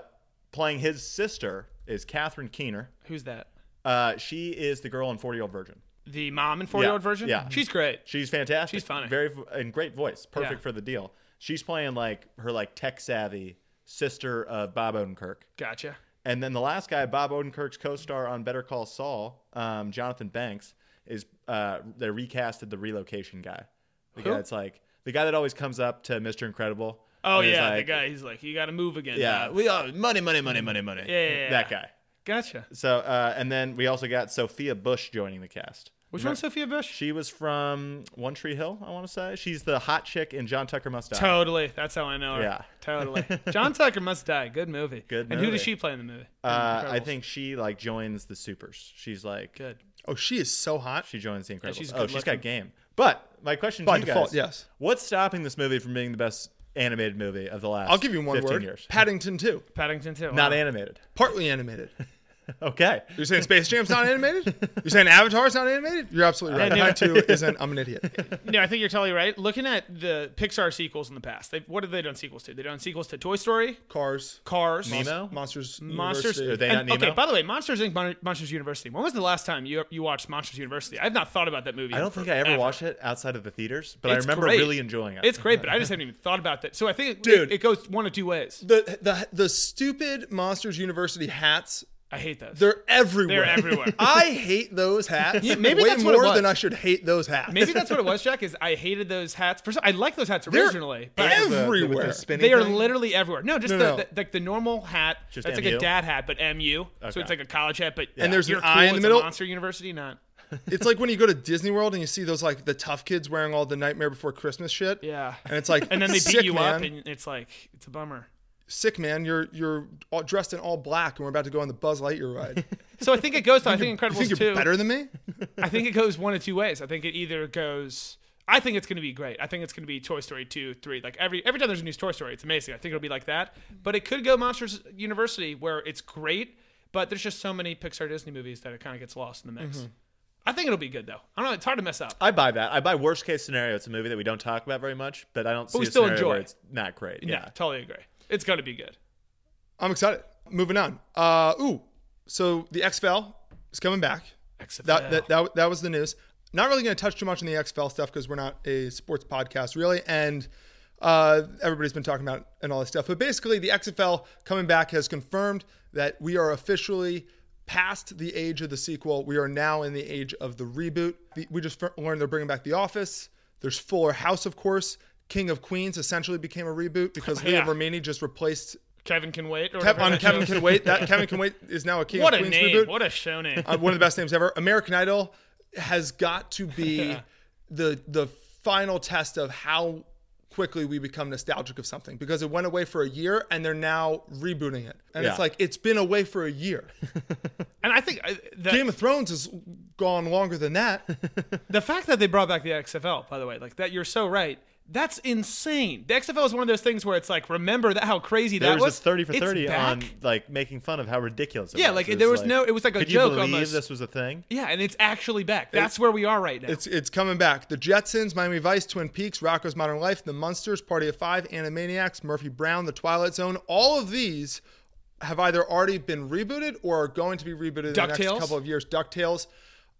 playing his sister is Catherine Keener. Who's that? Uh, she is the girl in Forty Year Old Virgin. The mom and four year old Yeah, version. yeah. she's Mm-hmm. great. She's fantastic. She's funny. Very and great voice, perfect Yeah. for the deal. She's playing like her like tech savvy sister of Bob Odenkirk. Gotcha. And then the last guy, Bob Odenkirk's co-star on Better Call Saul, um, Jonathan Banks, is uh, they recasted the relocation guy. The guy that's like the guy that always comes up to Mr. Incredible. Oh and is yeah, like, the guy. uh, He's like, "You gotta move again." Yeah, Bob." we all money, money, money, money, money. Yeah, yeah, yeah. that guy. Gotcha. So uh, and then we also got Sophia Bush joining the cast. Which one's Sophia Bush? She was from One Tree Hill, I want to say. She's the hot chick in John Tucker Must Die. Totally. That's how I know her. Yeah. Totally. John Tucker Must Die. Good movie. Good And who movie. does she play in the movie? Uh, In I Incredibles. think she like joins the supers. She's like Good. Oh, she is so hot. she joins the Incredibles. she's oh, good she's got looking. game. But my question By to you default, guys, yes. What's stopping this movie from being the best animated movie of the last? I'll give you one 15 word. Years? Paddington 2. Paddington too. Not Wow. animated. Partly animated. Okay. You're saying Space Jam's not animated? You're saying Avatar's not animated? You're absolutely right. I knew Mine it. too isn't. I'm an idiot. No, I think you're totally right. Looking at the Pixar sequels in the past, they what have they done sequels to? They've done sequels to Toy Story, Cars. Cars, Nemo? Monsters. Monsters. University. Are they and- not Nemo? Okay, by the way, Monsters Inc. Mon- Monsters University. When was the last time you you watched Monsters University? I've not thought about that movie. I don't think I ever watched it outside of the theaters, but I remember really enjoying it. It's great, but I just haven't even thought about that. So I think it, Dude. it, goes one of two ways. the, the, the stupid Monsters University hats, I hate those. they're everywhere. They're everywhere. I hate those hats Yeah, maybe way that's more what it was. than I should hate those hats. Maybe that's what it was, Jack. Is I hated those hats. First, I liked those hats They're originally, but everywhere. they are literally everywhere. No, just No, the, no. the like the normal hat. Just that's like MU? a dad hat, but MU. So Okay. it's like a college hat, but uh, And there's an you're cool, eye in the it's middle? A monster university, not. It's like when you go to Disney World and you see those like the tough kids wearing all the Nightmare Before Christmas shit. Yeah. And it's like And then they beat sick, you man, up, and it's like it's a bummer. sick man, you're you're all dressed in all black and we're about to go on the Buzz Lightyear ride. So I think it goes. To, I think you Incredibles think you're two. better than me? I think it goes one of two ways. I think it either goes. I think it's going to be great. I think it's going to be Toy Story two, three. Like every every time there's a new Toy Story, it's amazing. I think it'll be like that. But it could go Monsters University, where it's great, but there's just so many Pixar Disney movies that it kind of gets lost in the Mm-hmm. mix. I think it'll be good though. I don't know. It's hard to mess up. Uh, I buy that. I buy worst case scenario. It's a movie that we don't talk about very much, but I don't see we a still scenario where enjoy it. it's not great. yeah, totally agree. It's going to be good. I'm excited. Moving on. Uh ooh. So the XFL is coming back. XFL. That that, that that was the news. Not really going to touch too much on the XFL stuff because we're not a sports podcast really and uh, everybody's been talking about and all this stuff. But basically, the XFL coming back has confirmed that we are officially past the age of the sequel. We are now in the age of the reboot. The- We just fir- learned they're bringing back The Office. There's Fuller House, of course. King of Queens essentially became a reboot because Yeah. Liam Romini just replaced Kevin can wait. Or Kev- whatever on that Kevin show's- Can Wait. That Kevin Can Wait is now a King What of a Queens name! reboot. What a show name! Uh, one of the best names ever. American Idol has got to be the the final test of how quickly we become nostalgic of something because it went away for a year and they're now rebooting it. And Yeah. it's like it's been away for a year. and I think uh, the, Game of Thrones has gone longer than that. The fact that they brought back the XFL, by the way, like that, you're so right. That's insane. The XFL is one of those things where it's like, remember that how crazy There that was, was. a thirty for It's thirty on back. like making fun of how ridiculous. It Yeah, was. like, It there was no- it was like a could joke You believe almost. this was a thing. Yeah, and it's actually back. That's where we are right now. It's it's coming back. The Jetsons, Miami Vice, Twin Peaks, Rocco's Modern Life, The Munsters, Party of Five, Animaniacs, Murphy Brown, The Twilight Zone. All of these have either already been rebooted or are going to be rebooted in the next DuckTales? couple of years. Ducktales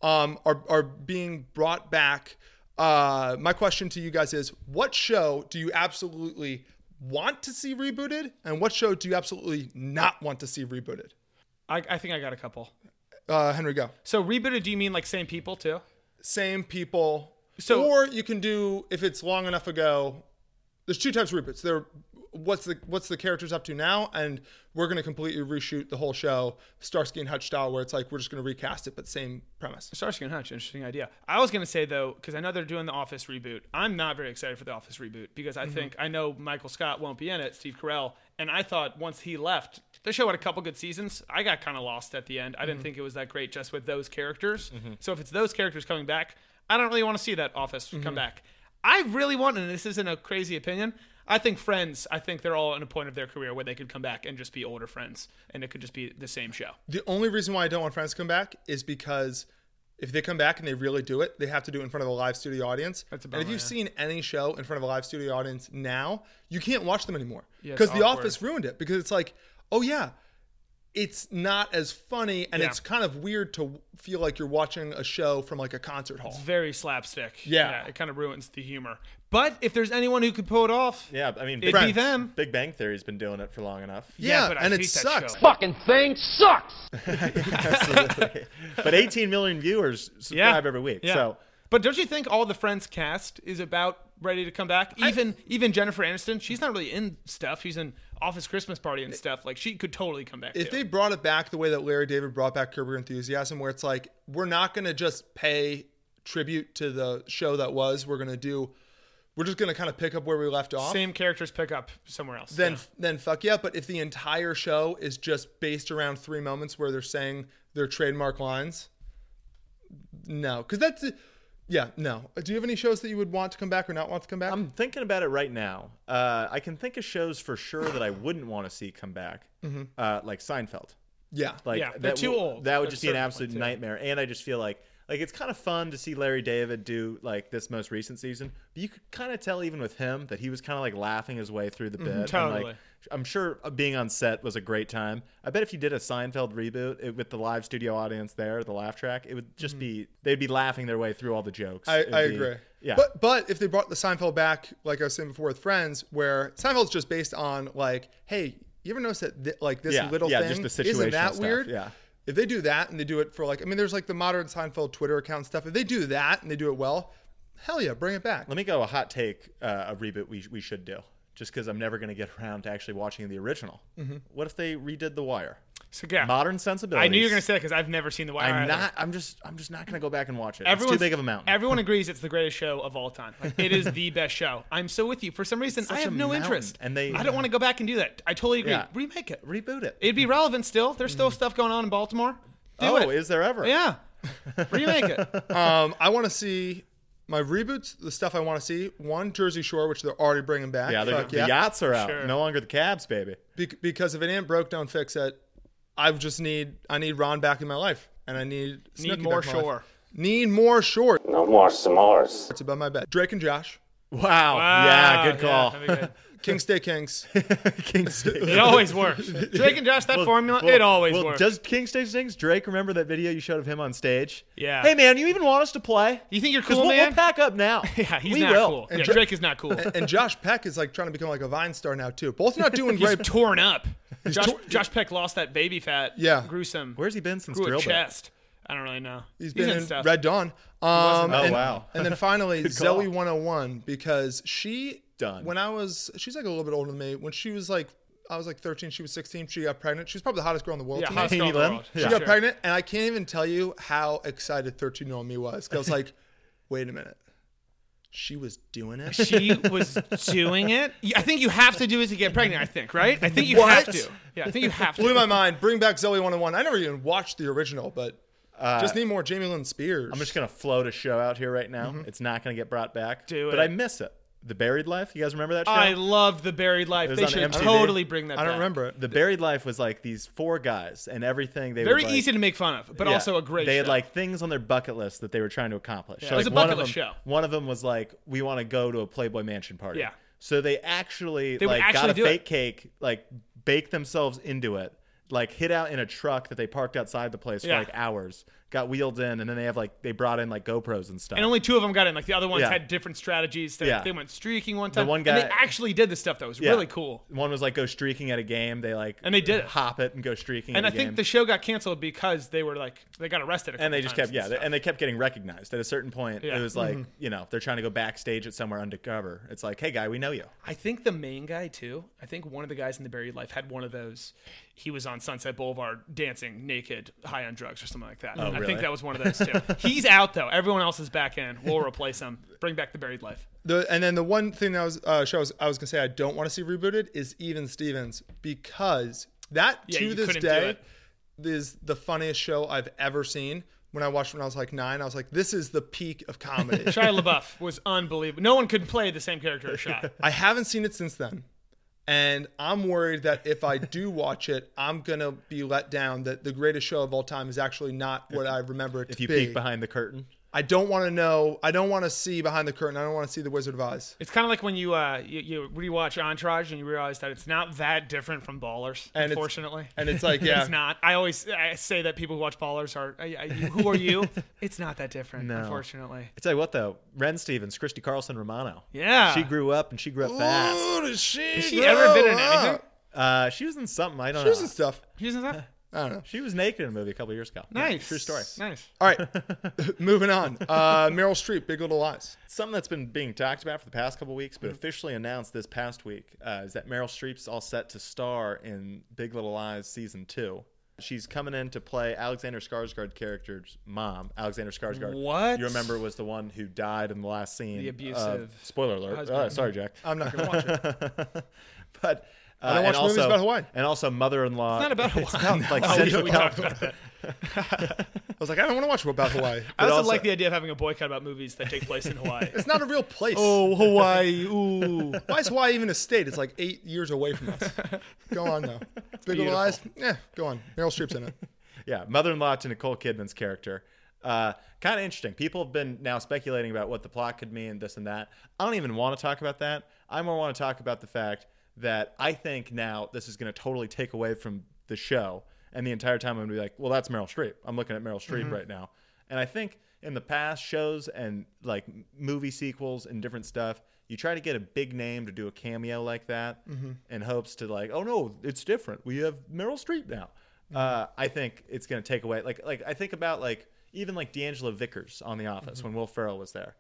um, are are being brought back. Uh, my question to you guys is: What show do you absolutely want to see rebooted, and what show do you absolutely not want to see rebooted? I, I think I got a couple. Uh, Henry, go. So rebooted? Do you mean like same people too? same people. So- or you can do if it's long enough ago. There's two types of reboots. There, what's the what's the characters up to now, and we're going to completely reshoot the whole show, Starsky and Hutch style, where it's like we're just going to recast it, but same premise. Starsky and Hutch, interesting idea. I was gonna say though, because I know they're doing the Office reboot. I'm not very excited for the Office reboot because I think I know Michael Scott won't be in it, Steve Carell, and I thought once he left, the show had a couple good seasons. I got kind of lost at the end. I didn't think it was that great just with those characters. So if it's those characters coming back, I don't really want to see that Office come back. I really want, and this isn't a crazy opinion. I think Friends. I think they're all in a point of their career where they could come back and just be older friends, and it could just be the same show. The only reason why I don't want Friends to come back is because if they come back and they really do it, they have to do it in front of a live studio audience. That's a and if bummer, you've yeah. seen any show in front of a live studio audience now, you can't watch them anymore it's because The awkward. Office ruined it. Because it's like, oh yeah, it's not as funny, and Yeah. it's kind of weird to feel like you're watching a show from like a concert hall. very slapstick. Yeah. it kind of ruins the humor. But if there's anyone who could pull it off, Yeah, I mean, it'd Big, be them. Big Bang Theory's been doing it for long enough. yeah, but I and it hate that sucks. show. Fucking thing sucks. Absolutely. but 18 million viewers subscribe every week. Yeah. So but don't you think all the Friends cast is about ready to come back? Even even Jennifer Aniston, she's not really in stuff. She's in Office Christmas Party and stuff. Like she could totally come back. If too. they brought it back the way that Larry David brought back Curb Your Enthusiasm, where it's like we're not going to just pay tribute to the show that was. We're gonna do. We're just gonna kind of pick up where we left off. Same characters pick up somewhere else. Then, Yeah. then fuck yeah. But if the entire show is just based around three moments where they're saying their trademark lines, no, because that's. Yeah, no. Do you have any shows that you would want to come back or not want to come back? I'm thinking about it right now. Uh, I can think of shows for sure that I wouldn't want to see come back, Mm-hmm. uh, like Seinfeld. yeah, Like Yeah, they're that too w- old That would at just a be an certain absolute point, yeah. nightmare. And I just feel like like it's kind of fun to see Larry David do like this most recent season, but you could kind of tell even with him that he was kind of like laughing his way through the bit. and, Mm-hmm, totally. like, I'm sure being on set was a great time. I bet if you did a Seinfeld reboot it, with the live studio audience there, the laugh track, it would Mm-hmm. just be they'd be laughing their way through all the jokes. I, It'd I be- agree. Yeah. But but if they brought the Seinfeld back, like I was saying before with Friends, where Seinfeld's just based on like, hey, you ever notice that th- like this Yeah, little yeah, thing just the isn't situational that stuff, weird? yeah. If they do that and they do it for like, I mean, there's like the modern Seinfeld Twitter account stuff. If they do that and they do it well, hell yeah, bring it back. Let me go a hot take, uh, a reboot we, we should do, just because I'm never going to get around to actually watching the original. Mm-hmm. What if they redid The Wire? So, yeah. Modern sensibilities. I knew you were gonna say that because I've never seen The Wire. I'm either. not. I'm just. I'm just not going to go back and watch it. it's Everyone's- too big of a mountain. Everyone agrees it's the greatest show of all time. Like, it is the best show. I'm so with you. For some reason, I such have a no mountain, interest, and they- I don't want to go back and do that. I totally agree. Yeah. Remake it. Reboot it. It'd be relevant still. There's still stuff going on in Baltimore. Do oh, it. is there ever? yeah. Remake it. Um, I want to see my reboots, the stuff I want to see. One, Jersey Shore, which they're already bringing back. Yeah. they're- Fuck The yachts are out. Sure. No longer the cabs, baby. Be- because if it ain't broke, don't fix it. I just need I need Ron back in my life, and I need Snooki Need more back in my life. shore. Need more short. No more s'mores. It's about my bet. Drake and Josh, Wow. Ah, yeah. Good call. that'd be good. King Stay Kings. King State. It always works. Drake and Josh, that formula, it always well, works. Does King Stage sings? Drake, remember that video you showed of him on stage? Yeah. Hey man, you even want us to play? You think you're 'Cause cool, we'll, man? We'll pack up now. yeah, he's we not will. cool. And Yeah, Dra- Drsh is not cool. and Josh Peck is like trying to become like a Vine star now too. Both not doing He's great. torn up. Josh, tor- Josh Peck lost that baby fat. Yeah. Gruesome. Where's he been since Grew Drill a Bit? chest. I don't really know. He's been in in stuff. Red Dawn. Um, Oh, and, wow. and then finally call. Zoe 101 because she Done. when I was she's like a little bit older than me. When she was like I was like 13, she was 16. She got pregnant. She's probably the hottest girl in the world. Yeah, to me. hottest Amy girl in the Lynn? world. She She Yeah. got pregnant, and I can't even tell you how excited 13 year old me was. 'Cause I was like, wait a minute, she was doing it. she was doing it. Yeah, I think you have to do it to get pregnant. I think, right? I think you What? have to. Yeah, I think you have to. Blew my mind. Bring back Zoe 101. I never even watched the original, but just need more Jamie Lynn Spears. Uh, I'm just gonna float a show out here right now. It's not gonna get brought back. Mm-hmm. Do but it. I miss it. The Buried Life. You guys remember that show? I love the buried life. was They on should MTV. totally bring that. I don't back. remember it. the Buried Life was like these four guys and everything. They Very would, like- easy to make fun of, but Yeah. also a great. They show. had like things on their bucket list that they were trying to accomplish. So, It was like, a one bucket of list them- show. One of them was like, "We want to go to a Playboy Mansion party." Yeah. So they actually They would like actually got do it. a fake cake, like baked themselves into it, like hid out in a truck that they parked outside the place Yeah. for like hours, got wheeled in, and then they have like they brought in like GoPros and stuff. and only two of them got in. Like the other ones Yeah. had different strategies. They, Yeah. they went streaking one time. one and they guy- actually did the stuff that was Yeah. really cool. One was like go streaking at a game. They like And they did it. hop it and go streaking. And I at a think game. the show got canceled because they were like they got arrested. A and couple they just times kept yeah, stuff. and they kept getting recognized. At a certain point, Yeah. it was like Mm-hmm. you know they're trying to go backstage at somewhere undercover. It's like hey guy, we know you. I think the main guy too. I think one of the guys in the buried life had one of those. He was on Sunset Boulevard dancing naked, high on drugs or something like Oh, that. I really? think that was one of those too. He's out though. Everyone else is back in. We'll replace him. Bring back the buried life. The, and then the one thing that was uh, shows I was gonna say I don't want to see rebooted is Even Stevens because that Yeah, you to this couldn't do day it. is the funniest show I've ever seen. When I watched it when I was like nine, I was like, this is the peak of comedy. Shia LaBeouf was unbelievable. No one could play the same character as Shia. I haven't seen it since then. And I'm worried that if I do watch it, I'm gonna be let down. That the greatest show of all time is actually not what I remember it to If you be. peek behind the curtain, I don't want to know. I don't want to see behind the curtain. I don't want to see the Wizard of Oz. It's kind of like when you, uh, you you rewatch Entourage and you realize that it's not that different from Ballers. And it's- unfortunately, and it's like, yeah. it's not. I always I say that people who watch Ballers are I, I, who are you? it's not that different. Unfortunately, I tell you what though, Ren Stevens, Christy Carlson Romano. Yeah. she grew up and she grew up fast. Ooh, does she? Has she ever been in anything? Uh, she was in something I don't She was know. in stuff. Here's the stuff. I don't know. she was naked in a movie a couple years ago. Yeah, Nice. true story. Nice. All right, moving on. Uh, Meryl Streep, Big Little Lies. Something that's been being talked about for the past couple weeks, but Mm-hmm. officially announced this past week, uh, is that Meryl Streep's all set to star in Big Little Lies season two. She's coming in to play Alexander Skarsgård character's mom. Alexander Skarsgård. What? you remember was the one who died in the last scene. The of- abusive spoiler alert. husband. Uh, sorry, Jack. I'm not going to watch it. but uh, I don't watch and movies also, about Hawaii. And also, mother-in-law. It's not about Hawaii. like Oh, we- Central we talked about that. I was like, I don't want to watch about Hawaii. I also, also- like the idea of having a boycott about movies that take place in Hawaii. It's not a real place. Oh. Oh, Hawaii! Ooh, Why is Hawaii even a state? It's like eight years away from us. Go on though. Big little eyes. Yeah, go on. Meryl Streep's in it. yeah, mother-in-law to Nicole Kidman's character. Uh, kind of interesting. People have been now speculating about what the plot could mean, this and that. I don't even want to talk about that. I more want to talk about the fact that I think now this is going to totally take away from the show. And the entire time I'm going to be like, well, that's Meryl Streep. I'm looking at Meryl Streep right now. And I think in the past shows and like m- movie sequels and different stuff, you try to get a big name to do a cameo like that Mm-hmm. in hopes to like, oh no, it's different. We have Meryl Streep now. Mm-hmm. Uh, I think it's going to take away like like I think about like even like D'Angelo Vickers on The Office Mm-hmm. when Will Ferrell was there.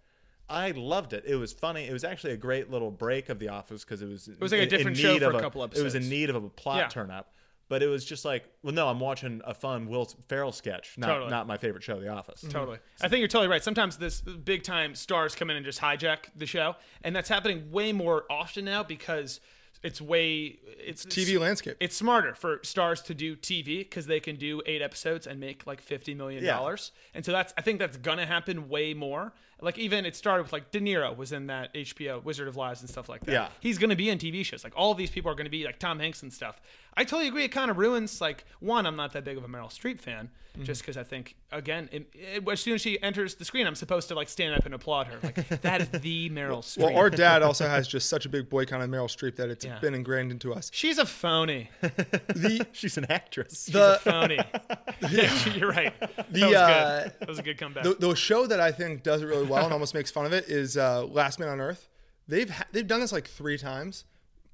I loved it. It was funny. It was actually a great little break of The Office because it was it was like a different show for a couple It was in episodes. need of a plot Yeah. turn up, but it was just like, well, no, I'm watching a fun Will Ferrell sketch, not Totally. not my favorite show, The Office. totally. I think you're totally right. Sometimes this big time stars come in and just hijack the show, and that's happening way more often now because it's way it's TV landscape. It's smarter for stars to do TV because they can do eight episodes and make like fifty million Yeah. dollars, and so that's I think that's gonna happen way more. Like even it started with like De Niro was in that HBO Wizard of Lies and stuff like that. Yeah. he's gonna be in TV shows. Like all these people are gonna be like Tom Hanks and stuff. I totally agree. It kind of ruins like one. I'm not that big of a Meryl Streep fan Mm-hmm. just because I think again it, it- as soon as she enters the screen, I'm supposed to like stand up and applaud her. Like that is the Meryl Streep. Well, our dad also has just such a big boycott on Meryl Streep that it's Yeah. been ingrained into us. She's a phony. The She's an actress. She's a the phony. yeah, you're right. That uh, was good. That was a good comeback. the, the show that I think does it really well and almost makes fun of it is uh, Last Man on Earth. They've ha- they've done this like three times,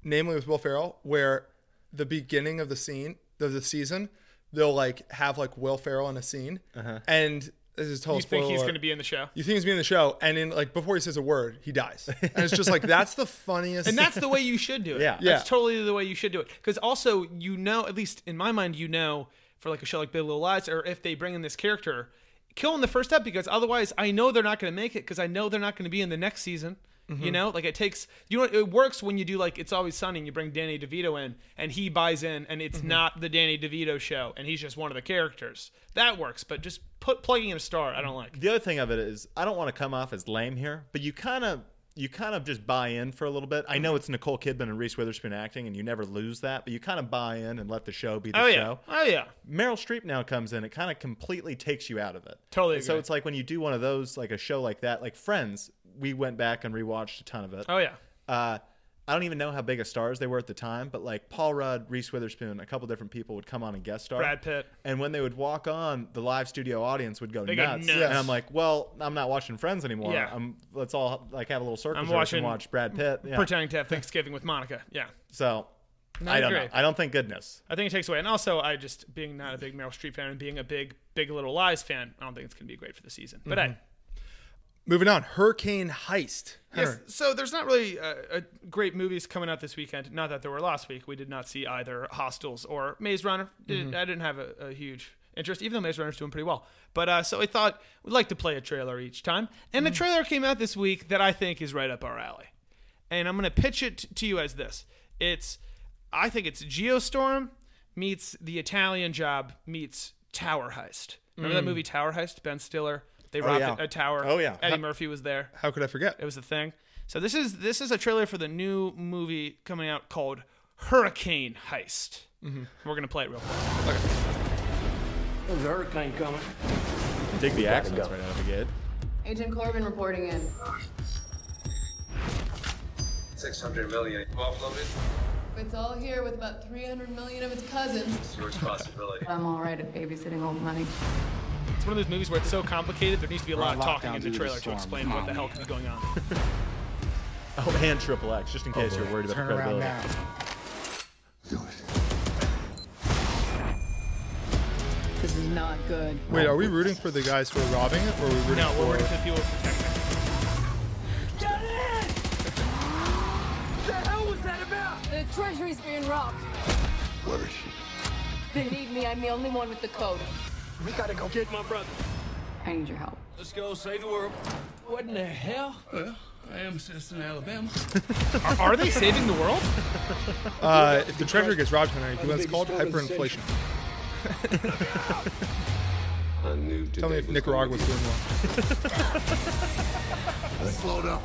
namely with Will Ferrell, where the beginning of the scene of the season they'll like have like Will Ferrell in a scene, and this is total you think spoiler he's alert. going to be in the show? You think he's being in the show, and in like before he says a word, he dies, and it's just like that's the funniest. And that's the way you should do it. Yeah. Yeah. That's totally the way you should do it. Because also, you know, at least in my mind, you know, for like a show like Big Little Lies, or if they bring in this character, kill him the first step because otherwise I know they're not going to make it because I know they're not going to be in the next season. You know, like it takes, you know, it works when you do like It's Always Sunny and you bring Danny DeVito in and he buys in and it's not the Danny DeVito show and he's just one of the characters. That works, but just put plugging in a star, I don't like. the other thing of it is I don't want to come off as lame here, but you kind of you kind of just buy in for a little bit. I know it's Nicole Kidman and Reese Witherspoon acting, and you never lose that, but you kind of buy in and let the show be the Oh, show. yeah. Oh, yeah. Meryl Streep now comes in, it kind of completely takes you out of it. Totally And So agree. it's like when you do one of those, like a show like that, like Friends, we went back and rewatched a ton of it. Oh, yeah. Uh, I don't even know how big of stars they were at the time, but like Paul Rudd, Reese Witherspoon, a couple different people would come on and guest star. Brad Pitt. And when they would walk on, the live studio audience would go go nuts. nuts. And I'm like, well, I'm not watching Friends anymore. Yeah. I'm, let's all like have a little circle I'm jerk watching- and watch Brad Pitt. Yeah. Pretending to have Thanksgiving with Monica. Yeah. So I don't know. agree. I don't think goodness. I think it takes away. And also, I just being not a big Meryl Streep fan and being a big Big Little Lies fan, I don't think it's going to be great for the season. But hey, moving on. Hurricane Heist. yes, Hunter, so there's not really uh, uh great movies coming out this weekend. Not that there were last week. We did not see either Hostels or Maze Runner. Mm-hmm. Did- I didn't have a, a huge interest, even though Maze Runner's doing pretty well. But uh, so I thought we'd like to play a trailer each time. And Mm-hmm. a trailer came out this week that I think is right up our alley. And I'm going to pitch it to you as this. It's, I think it's Geostorm meets The Italian Job meets Tower Heist. Remember that movie Tower Heist? Ben Stiller. They robbed Mm. yeah. a tower. Oh, yeah. Eddie How- Murphy was there. How could I forget? It was a thing. So this is this is a trailer for the new movie coming out called Hurricane Heist. Mm-hmm. We're gonna play it real quick. There's a hurricane coming. Dig the accents right out of the gate. Agent Corbin reporting in. 600 million. You offloaded? It's all here with about 300 million of its cousins. It's your responsibility. I'm all right at babysitting old money. It's one of those movies where it's so complicated there needs to be a lot of on talking lockdown in due the to the trailer to storm. explain what the hell is going on. Oh, and Triple X, just in case you're worried about the credibility. This is not good. Wait, are we rooting for the guys who are robbing it, or are we rooting No, for? we're working for the people protecting. The treasury's being robbed. Where is she? They need me. I'm the only one with the code. We gotta go get my brother. I need your help. Let's go save the world. What in the hell? Well, I am a citizen of Alabama. Are, are they saving the world? Uh, if the treasury gets robbed tonight, you know what it's called? Hyperinflation. I knew today Tell me if was Nicaragua's gonna doing well. Slow down.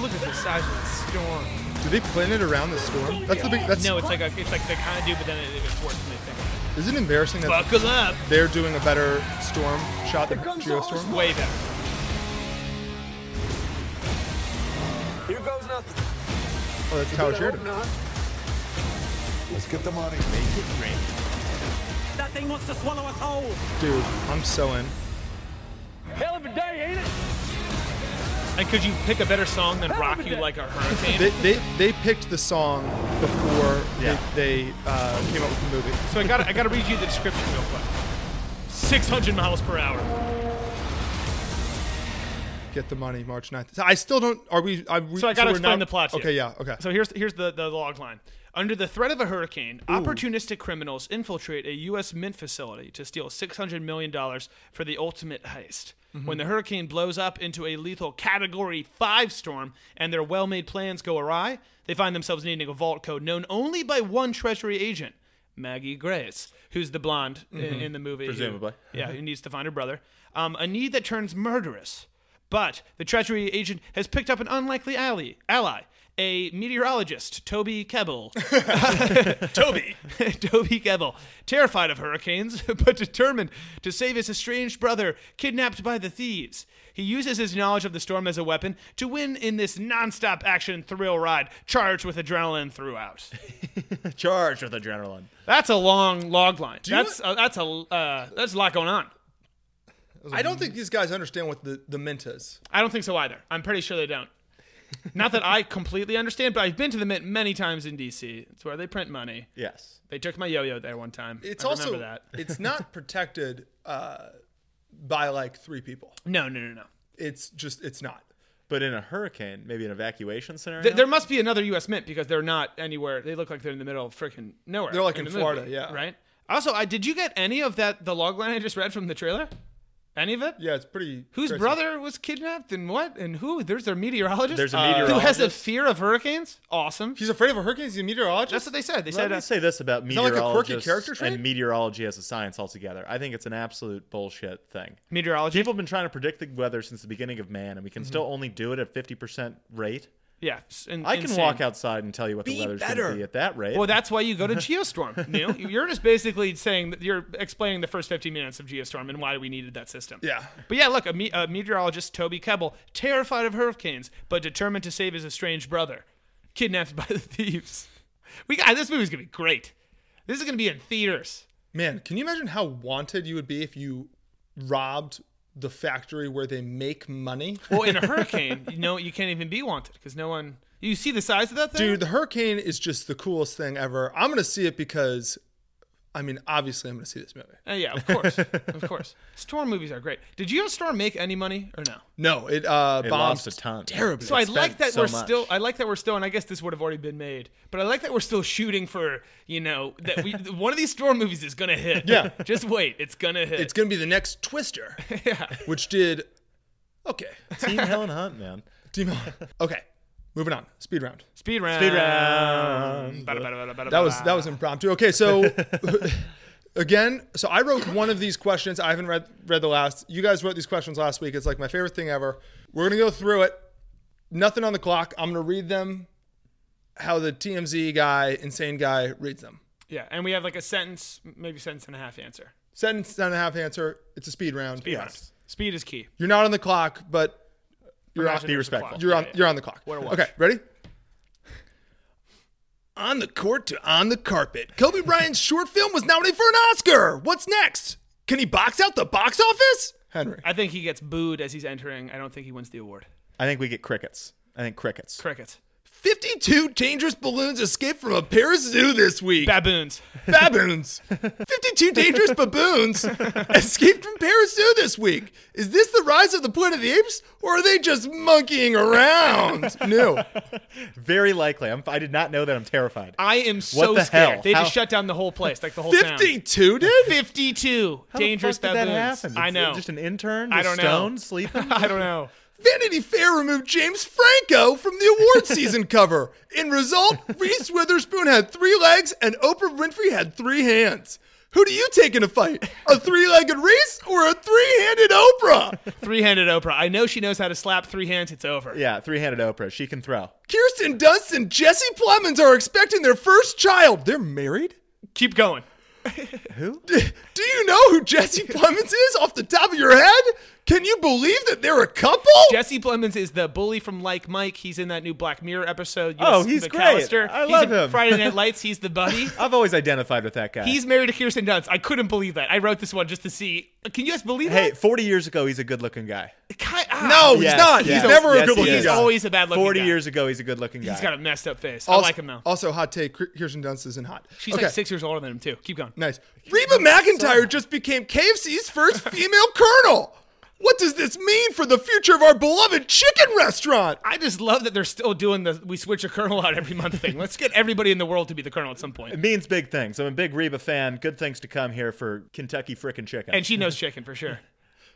Look at the size of the storm. Do they plan it around the storm? That's the big. That's No, it's like a, it's like they kind of do, but then it, it's worse than they think. is it embarrassing that Buckle up. they're doing a better storm shot than Geostorm? Way better. Here goes nothing. Oh, that's Tower Sheridan. Let's get the money. That thing wants to swallow us whole. Dude, I'm so in. Hell of a day, ain't it? And could you pick a better song than "Rock You Like a Hurricane"? They, they, they picked the song before Yeah. they, they uh, came up with the movie. So I got I got to read you the description real quick. 600 miles per hour. Get the money, March 9th. So I still don't. Are we? Are we So I got we're to explain not- the plot. To you. Okay, yeah, okay. So here's here's the the log line. Under the threat of a hurricane, opportunistic criminals infiltrate a U.S. mint facility to steal 600 million dollars for the ultimate heist. When the hurricane blows up into a lethal Category Five storm and their well-made plans go awry, they find themselves needing a vault code known only by one Treasury agent, Maggie Grace, who's the blonde i- in, the movie. who- Presumably. yeah, who needs to find her brother. Um, a need that turns murderous. But the Treasury agent has picked up an unlikely ally, ally a meteorologist, Toby Kebbell. Toby! Toby Kebbell. Terrified of hurricanes, but determined to save his estranged brother kidnapped by the thieves. He uses his knowledge of the storm as a weapon to win in this nonstop action thrill ride charged with adrenaline throughout. Charged with adrenaline. That's a long log line. you That's, uh, that's, a, uh, that's a lot going on. I don't think these guys understand what the, the mint is. I don't think so either. I'm pretty sure they don't. Not that I completely understand, but I've been to the Mint many times in DC. It's where they print money. Yes. They took my yo-yo there one time. It's I remember also that. it's not protected uh, by like three people. No, no, no, no. It's just it's not. But in a hurricane, maybe an evacuation scenario. Th- there must be another U.S. Mint because they're not anywhere. They look like they're in the middle of freaking nowhere. They're like in the Florida, yeah. Right. Also, I did you get any of that? The log line I just read from the trailer. Any of it? Yeah, it's pretty. Whose crazy. brother was kidnapped and what and who? There's their meteorologist. Uh, There's a who has a meteorologist. fear of hurricanes. Awesome. He's afraid of a hurricane. He's a meteorologist. That's what they said. They Let said me uh, say this about that like a quirky meteorologists character trait? and meteorology as a science altogether. I think it's an absolute bullshit thing. meteorology. People have been trying to predict the weather since the beginning of man, and we can Mm-hmm. still only do it at 50% rate. yeah. s- in- I can insane. walk outside and tell you what the Be weather's going better. to be at that rate. Well, that's why you go to Geostorm. Neil, you're just basically saying that you're explaining the first 15 minutes of Geostorm and why we needed that system. Yeah. But yeah, look, a, me- a meteorologist, Toby Kebbell, terrified of hurricanes, but determined to save his estranged brother, kidnapped by the thieves. We got this movie's gonna be great. This is gonna be in theaters. Man, can you imagine how wanted you would be if you robbed the factory where they make money? Well, in a hurricane, you know you can't even be wanted because no one. You see the size of that thing, Dude, the hurricane is just the coolest thing ever. I'm gonna see it because, I mean, obviously, I'm gonna see this movie. Uh, yeah, of course, of course. Storm movies are great. Did Geostorm make any money or no? No, it uh, it bombs lost a ton. terribly. So I like spent that so we're much. still. I like that we're still, and I guess this would have already been made, but I like that we're still shooting for you know that we one of these storm movies is gonna hit. Yeah. just wait, it's gonna hit. it's gonna be the next Twister, which did okay. Team Helen Hunt, man. Demo- okay, moving on. Speed round. speed round. Speed round. Bada, bada, bada, bada, That was bada. that was impromptu. Okay, so again, so I wrote one of these questions. I haven't read read the last. You guys wrote these questions last week. It's like my favorite thing ever. We're gonna go through it. Nothing on the clock. I'm gonna read them how the TMZ guy, insane guy, reads them. yeah, and we have like a sentence, maybe sentence and a half answer. Sentence and a half answer. It's a speed round. Yes. Speed is key. You're not on the clock, but you're on, Imagine Be there's a respectful. clock. you're on Yeah, yeah. you're on the clock. What a watch. Okay, ready? On the court to on the carpet. Kobe Bryant's short film was nominated for an Oscar. What's next? Can he box out the box office? Henry. I think he gets booed as he's entering. I don't think he wins the award. I think we get crickets. I think crickets. Crickets. 52 dangerous balloons escaped from a Paris zoo this week. Baboons. baboons. 52 dangerous baboons escaped from Paris Zoo this week. Is this the rise of the Planet of the Apes, or are they just monkeying around? No. Very likely. I'm, I did not know that. I'm terrified. I am so the scared. hell? They How- just shut down the whole place, like the whole town. 52 did? 52 How the dangerous fuck did baboons. That happen? I It's know. Just an intern. I just don't know. stoned, Sleeping. I don't know. Vanity Fair removed James Franco from the award season cover. In result, Reese Witherspoon had three legs and Oprah Winfrey had three hands. Who do you take in a fight? A three legged Reese or a three handed Oprah? Three handed Oprah. I know she knows how to slap three hands. It's over. yeah, three-handed Oprah. She can throw. Kirsten Dunst and Jesse Plemons are expecting their first child. They're married? Keep going. Do you know who Jesse Plemons is off the top of your head? Can you believe that they're a couple? Jesse Plemons is the bully from Like Mike. He's in that new Black Mirror episode. You Oh, know, he's McAllister. great. I He's love in him. Friday Night Lights. He's the buddy. I've always identified with that guy. He's married to Kirsten Dunst. I couldn't believe that. I wrote this one just to see. Can you guys believe hey, that? 40 years ago, he's a good-looking guy. Ki- ah. no, Yes, he's not. yes, he's never yes, a good he looking He's is. guy. always a bad looking 40 guy. years ago, he's a good-looking guy. oh, He's got a messed up face. also, I like him though. Also, hot take Kirsten Dunst isn't hot. She's like six years older than him too. Keep going. Nice. Reba McIntyre just became KFC's first female colonel. What does this mean for the future of our beloved chicken restaurant? I just love that they're still doing the we switch a colonel out every month thing. Let's get everybody in the world to be the colonel at some point. it means big things. I'm a big Reba fan. Good things to come here for Kentucky frickin' chicken. And she knows chicken for sure.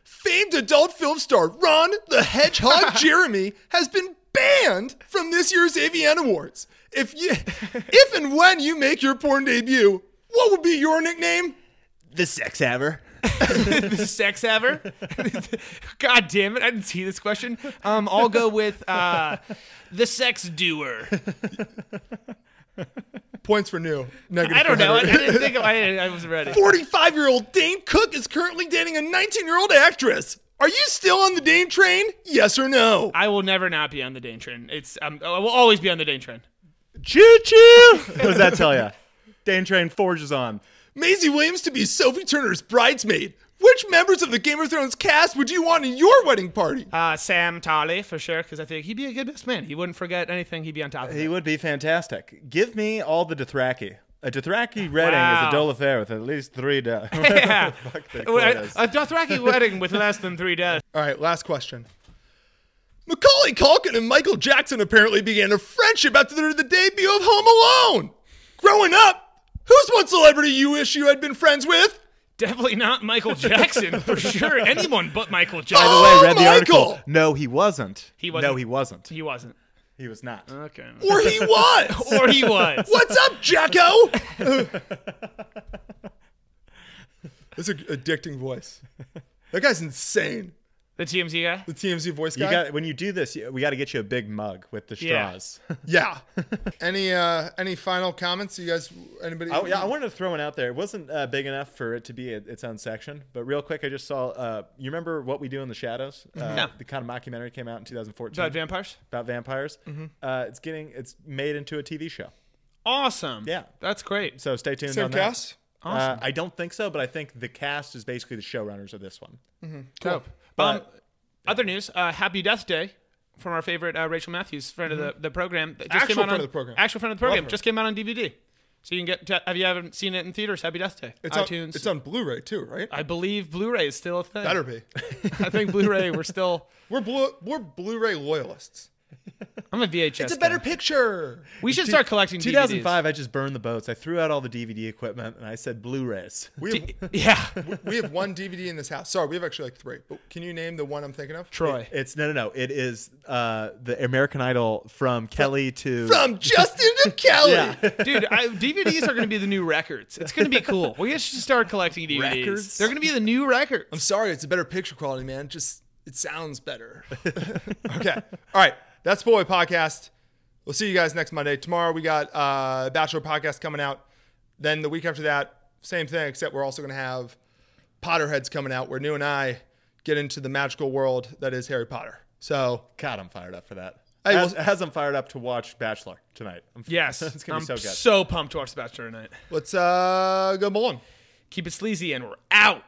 Famed adult film star Ron the Hedgehog Jeremy has been banned from this year's AVN Awards. If you, if and when you make your porn debut, what would be your nickname? the sex hammer. the sex ever? God damn it! I didn't see this question. Um, I'll go with uh, the sex doer. Points for new. Negative. I don't for know. I, I Henry. didn't think of, I, I was ready. 45 year old Dane Cook is currently dating a 19 year old actress. Are you still on the Dane train? Yes or no? I will never not be on the Dane train. It's um, I will always be on the Dane train. Choo choo. what does that tell you? Dane Train forges on. Maisie Williams to be Sophie Turner's bridesmaid. Which members of the Game of Thrones cast would you want in your wedding party? Uh, Sam Tolley for sure because I think he'd be a good best man. He wouldn't forget anything. He'd be on top of it. He would be fantastic. Give me all the Dothraki. A Dothraki wedding Wow. is a Dolaffair with at least three. Do- Yeah. the quotas. a Dothraki wedding with less than three deaths. All right, last question. Macaulay Culkin and Michael Jackson apparently began a friendship after their- the debut of Home Alone. Growing up, who's one celebrity you wish you had been friends with? Definitely not Michael Jackson for sure. Anyone but Michael By the Jackson. way, Oh, read the article. Michael! No, he wasn't. He wasn't. No, he wasn't. He wasn't. He was not. Okay. Or he was. Or he was. What's up, Jacko? That's an addicting voice. That guy's insane. The TMZ guy. The TMZ voice guy. You got when you do this, you- we got to get you a big mug with the Yeah. straws. Yeah. any uh any final comments? You guys anybody Oh Mm-hmm. yeah, I wanted to throw one out there. It wasn't uh, big enough for it to be a, its own section, but real quick, I just saw. Uh, you remember what we do in the shadows? Uh, No. The kind of mockumentary came out in 2014 Mm-hmm. About vampires. Mm-hmm. about vampires. Uh, it's getting it's made into a TV show. Awesome. Yeah. That's great. So stay tuned. Same on that. cast? Uh, I don't think so, but I think the cast is basically the showrunners of this one. Dope. Um, other news. Uh, Happy Death Day from our favorite uh, Rachel Matthews, friend of the, the program. that Just Mm-hmm. Actual came out friend on- of the program. Actual friend of the Love program. her. Just came out on DVD. So you can get. To, have you haven't seen it in theaters? Happy Death Day. it's iTunes. on it's on Blu-ray too, right? I believe Blu-ray is still a thing. Better be. I think Blu-ray. We're still. We're blue we're Blu-ray loyalists. I'm a VHS. It's a better guy. picture. We should start collecting 2005, I just burned the boats. I threw out all the DVD equipment and I said Blu-rays. We have, DVDs. Yeah. we have one DVD in this house. Sorry, we have actually like three. But can you name the one I'm thinking of? Troy. It's no, no, no. It is uh, the American Idol from Kelly to From Justin to Kelly. Dude, I, DVDs are going to be the new records. It's going to be cool. We should start collecting DVDs. Records? They're going to be the new records. I'm sorry, it's a better picture quality, man. Just it sounds better. okay. All right. That's Boy Podcast. We'll see you guys next Monday. Tomorrow we got uh Bachelor Podcast coming out. Then the week after that, same thing, except we're also gonna have Potterheads coming out where new and I get into the magical world that is Harry Potter. So God, I'm fired up for that. Hey, as, well- as I'm fired up to watch Bachelor tonight. I'm, Yes, it's gonna I'm be so good. so pumped to watch The Bachelor tonight. let's uh go bowling. Keep it sleazy, and we're out.